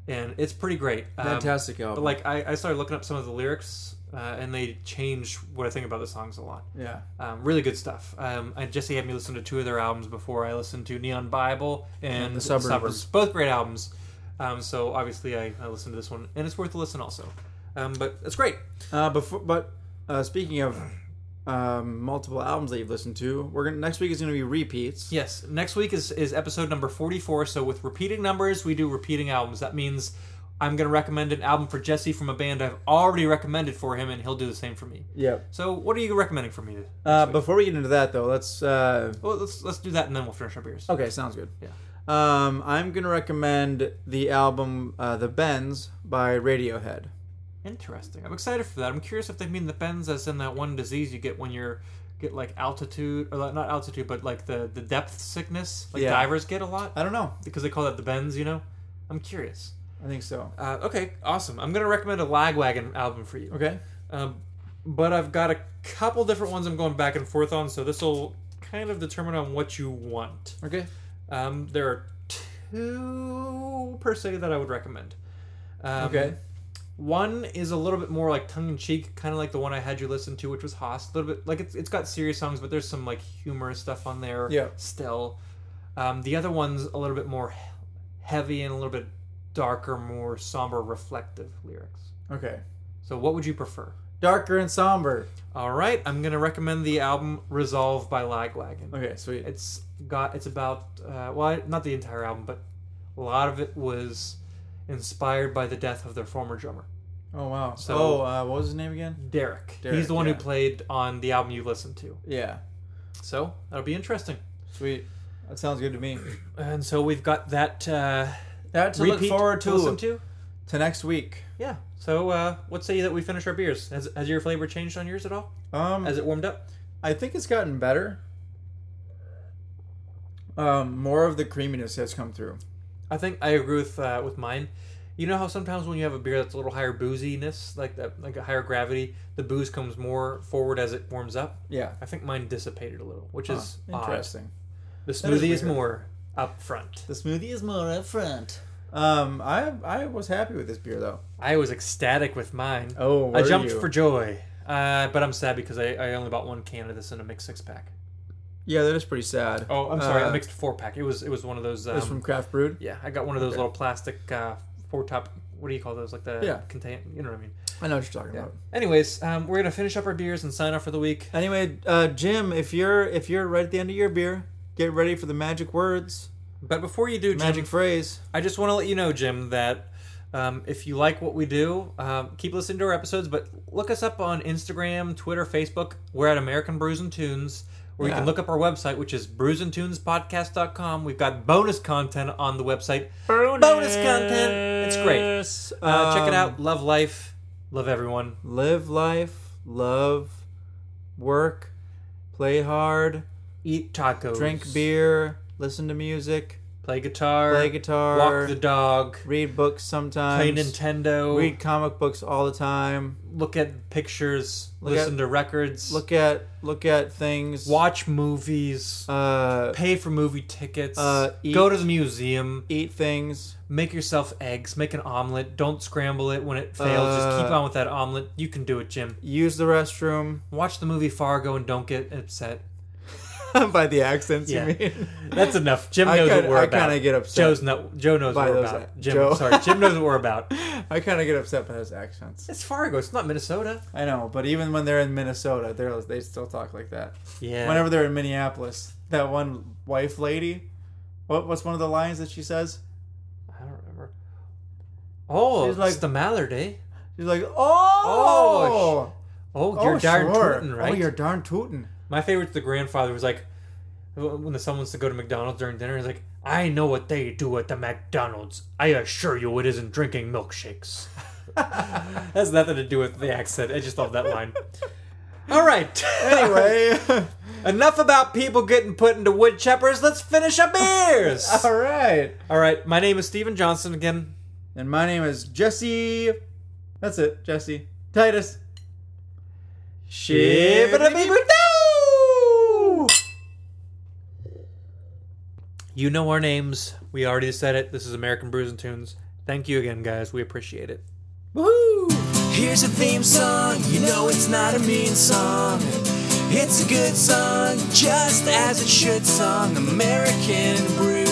Speaker 1: and it's pretty great. Um,
Speaker 2: fantastic album.
Speaker 1: But like I, I started looking up some of the lyrics, uh, and they changed what I think about the songs a lot.
Speaker 2: yeah,
Speaker 1: Um, really good stuff. Um, and Jesse had me listen to two of their albums before I listened to Neon Bible and
Speaker 2: The Suburbs.
Speaker 1: Both great albums. Um, so obviously I, I listened to this one, and it's worth a listen also. Um, but it's great.
Speaker 2: Uh, before, but uh, speaking of um, multiple albums that you've listened to, we're gonna next week is gonna be repeats.
Speaker 1: Yes. Next week is, is episode number 44. So, with repeating numbers, we do repeating albums. That means I'm going to recommend an album for Jesse from a band I've already recommended for him, and he'll do the same for me.
Speaker 2: Yep.
Speaker 1: So, what are you recommending for me?
Speaker 2: Uh,
Speaker 1: next week?
Speaker 2: before we get into that though, let's. Uh,
Speaker 1: well, let's, let's do that and then we'll finish our beers.
Speaker 2: okay, sounds good.
Speaker 1: Yeah.
Speaker 2: Um, I'm gonna recommend the album uh, "The Bends" by Radiohead.
Speaker 1: Interesting. I'm excited for that. I'm curious if they mean the bends as in that one disease you get when you're get like altitude or like, not altitude but like the the depth sickness like
Speaker 2: Yeah.
Speaker 1: divers get a lot
Speaker 2: I don't know.
Speaker 1: because they call that the bends you know i'm curious
Speaker 2: I think so.
Speaker 1: uh, okay awesome i'm gonna recommend a lagwagon album for you
Speaker 2: Okay.
Speaker 1: Um, but I've got a couple different ones I'm going back and forth on, so this will kind of determine on what you want.
Speaker 2: Okay.
Speaker 1: Um, there are two per se that I would recommend. Um,
Speaker 2: Okay.
Speaker 1: One is a little bit more like tongue in cheek, kind of like the one I had you listen to, which was Haas. A little bit like it's, it's got serious songs, but there's some like humorous stuff on there
Speaker 2: Yeah.
Speaker 1: still. Um, the other one's a little bit more he- heavy and a little bit darker, more somber, reflective lyrics.
Speaker 2: Okay.
Speaker 1: So, what would you prefer?
Speaker 2: Darker and somber.
Speaker 1: All right, I'm gonna recommend the album "Resolve" by Lagwagon.
Speaker 2: Okay, sweet.
Speaker 1: It's got it's about uh, well, I- not the entire album, but a lot of it was inspired by the death of their former drummer,
Speaker 2: Oh wow.
Speaker 1: So-
Speaker 2: oh, uh, what was his name again?
Speaker 1: Derek. He's
Speaker 2: Derek,
Speaker 1: the one
Speaker 2: yeah.
Speaker 1: who played on the album you listened to.
Speaker 2: Yeah.
Speaker 1: So that'll be interesting.
Speaker 2: Sweet. That sounds good to me.
Speaker 1: And so we've got that uh,
Speaker 2: That to
Speaker 1: repeat
Speaker 2: look forward
Speaker 1: to listen to.
Speaker 2: to next week.
Speaker 1: Yeah. So uh, what say that we finish our beers? Has, has your flavor changed on yours at all?
Speaker 2: Um,
Speaker 1: Has it warmed up?
Speaker 2: I think it's gotten better. Um, more of the creaminess has come through.
Speaker 1: I think I agree with uh, with mine. You know how sometimes when you have a beer that's a little higher booziness, like that, like a higher gravity, the booze comes more forward as it warms up.
Speaker 2: Yeah.
Speaker 1: I think mine dissipated a little, which is
Speaker 2: Huh, interesting.
Speaker 1: odd. The
Speaker 2: is
Speaker 1: smoothie is,
Speaker 2: weird.
Speaker 1: more up front.
Speaker 2: The smoothie is more up front. Um, I I was happy with this beer though.
Speaker 1: I was ecstatic with mine.
Speaker 2: Oh,
Speaker 1: I jumped for joy, uh, but I'm sad because I, I only bought one can of this in a mixed six pack.
Speaker 2: Yeah, that is pretty sad.
Speaker 1: Oh, I'm sorry,
Speaker 2: Uh,
Speaker 1: a mixed four pack. It was it was one of those. Um,
Speaker 2: It's from Craft Brewed.
Speaker 1: yeah, I got one of those little plastic uh, four top. What do you call those? Like the
Speaker 2: Yeah.
Speaker 1: contain. You know what I mean.
Speaker 2: I know what you're talking about.
Speaker 1: Anyways, um, we're gonna finish up our beers and sign off for the week.
Speaker 2: Anyway, uh, Jim, if you're if you're right at the end of your beer, get ready for the magic words,
Speaker 1: But before you do, Jim,
Speaker 2: magic phrase.
Speaker 1: I just want to let you know, Jim, that um, if you like what we do, um, keep listening to our episodes. But look us up on Instagram, Twitter, Facebook. We're at American Brews and Tunes. Or you
Speaker 2: Yeah.
Speaker 1: can look up our website, which is bruisintunespodcast.com. We've got bonus content on the website.
Speaker 2: Bonus,
Speaker 1: content. It's great. Uh, check it out. Love life. Love everyone.
Speaker 2: Um, Live life, love, work, play hard,
Speaker 1: Eat tacos.
Speaker 2: drink beer, listen to music,
Speaker 1: Play guitar.
Speaker 2: play guitar,
Speaker 1: Walk the dog.
Speaker 2: read books sometimes,
Speaker 1: Play Nintendo.
Speaker 2: read comic books all the time.
Speaker 1: look at pictures.
Speaker 2: Look
Speaker 1: listen
Speaker 2: at-
Speaker 1: to records.
Speaker 2: Look at look at things.
Speaker 1: watch movies.
Speaker 2: Uh,
Speaker 1: pay for movie tickets.
Speaker 2: Uh, eat-
Speaker 1: go to the museum.
Speaker 2: eat things.
Speaker 1: Make yourself eggs. Make an omelet. Don't scramble it when it fails. Just keep
Speaker 2: Uh,
Speaker 1: on with that omelet. You can do it, Jim.
Speaker 2: Use the restroom.
Speaker 1: Watch the movie Fargo and don't get upset.
Speaker 2: by the accents,
Speaker 1: Yeah.
Speaker 2: you mean?
Speaker 1: That's enough. Jim
Speaker 2: I
Speaker 1: knows
Speaker 2: kinda-
Speaker 1: what we're
Speaker 2: I
Speaker 1: about.
Speaker 2: kinda get upset
Speaker 1: Joe's no, Joe knows
Speaker 2: by
Speaker 1: what we're
Speaker 2: those
Speaker 1: about.
Speaker 2: a-
Speaker 1: Jim,
Speaker 2: Joe.
Speaker 1: sorry, Jim knows what we're about.
Speaker 2: I kind of get upset by those accents.
Speaker 1: It's Fargo. It's not Minnesota.
Speaker 2: I know, but even when they're in Minnesota, they are they still talk like that.
Speaker 1: Yeah.
Speaker 2: Whenever they're in Minneapolis, that one wife lady, what what's one of the lines that she says?
Speaker 1: I don't remember. Oh,
Speaker 2: She's
Speaker 1: it's
Speaker 2: like-
Speaker 1: the Mallard, eh?
Speaker 2: She's like,
Speaker 1: Oh,
Speaker 2: "Oh, oh,
Speaker 1: you're darn
Speaker 2: sure.
Speaker 1: tootin', right?
Speaker 2: Oh, you're darn tootin'."
Speaker 1: My favorite's the grandfather was like, when someone wants to go to McDonald's during dinner, he's like, I know what they do at the McDonald's. I assure you it isn't drinking milkshakes. Has nothing to do with the accent. I just love that line. All right.
Speaker 2: Anyway,
Speaker 1: Enough about people getting put into wood choppers. Let's finish up beers.
Speaker 2: all right.
Speaker 1: All right. My name is Steven Johnson again.
Speaker 2: And my name is Jesse. That's it, Jesse Titus.
Speaker 1: Shibbidi-bidi-boo-doo! You know our names. We already said it. This is American Brews and Tunes. Thank you again, guys. We appreciate it.
Speaker 3: Here's a theme song, you know it's not a mean song. It's a good song, just as it should song. American Brews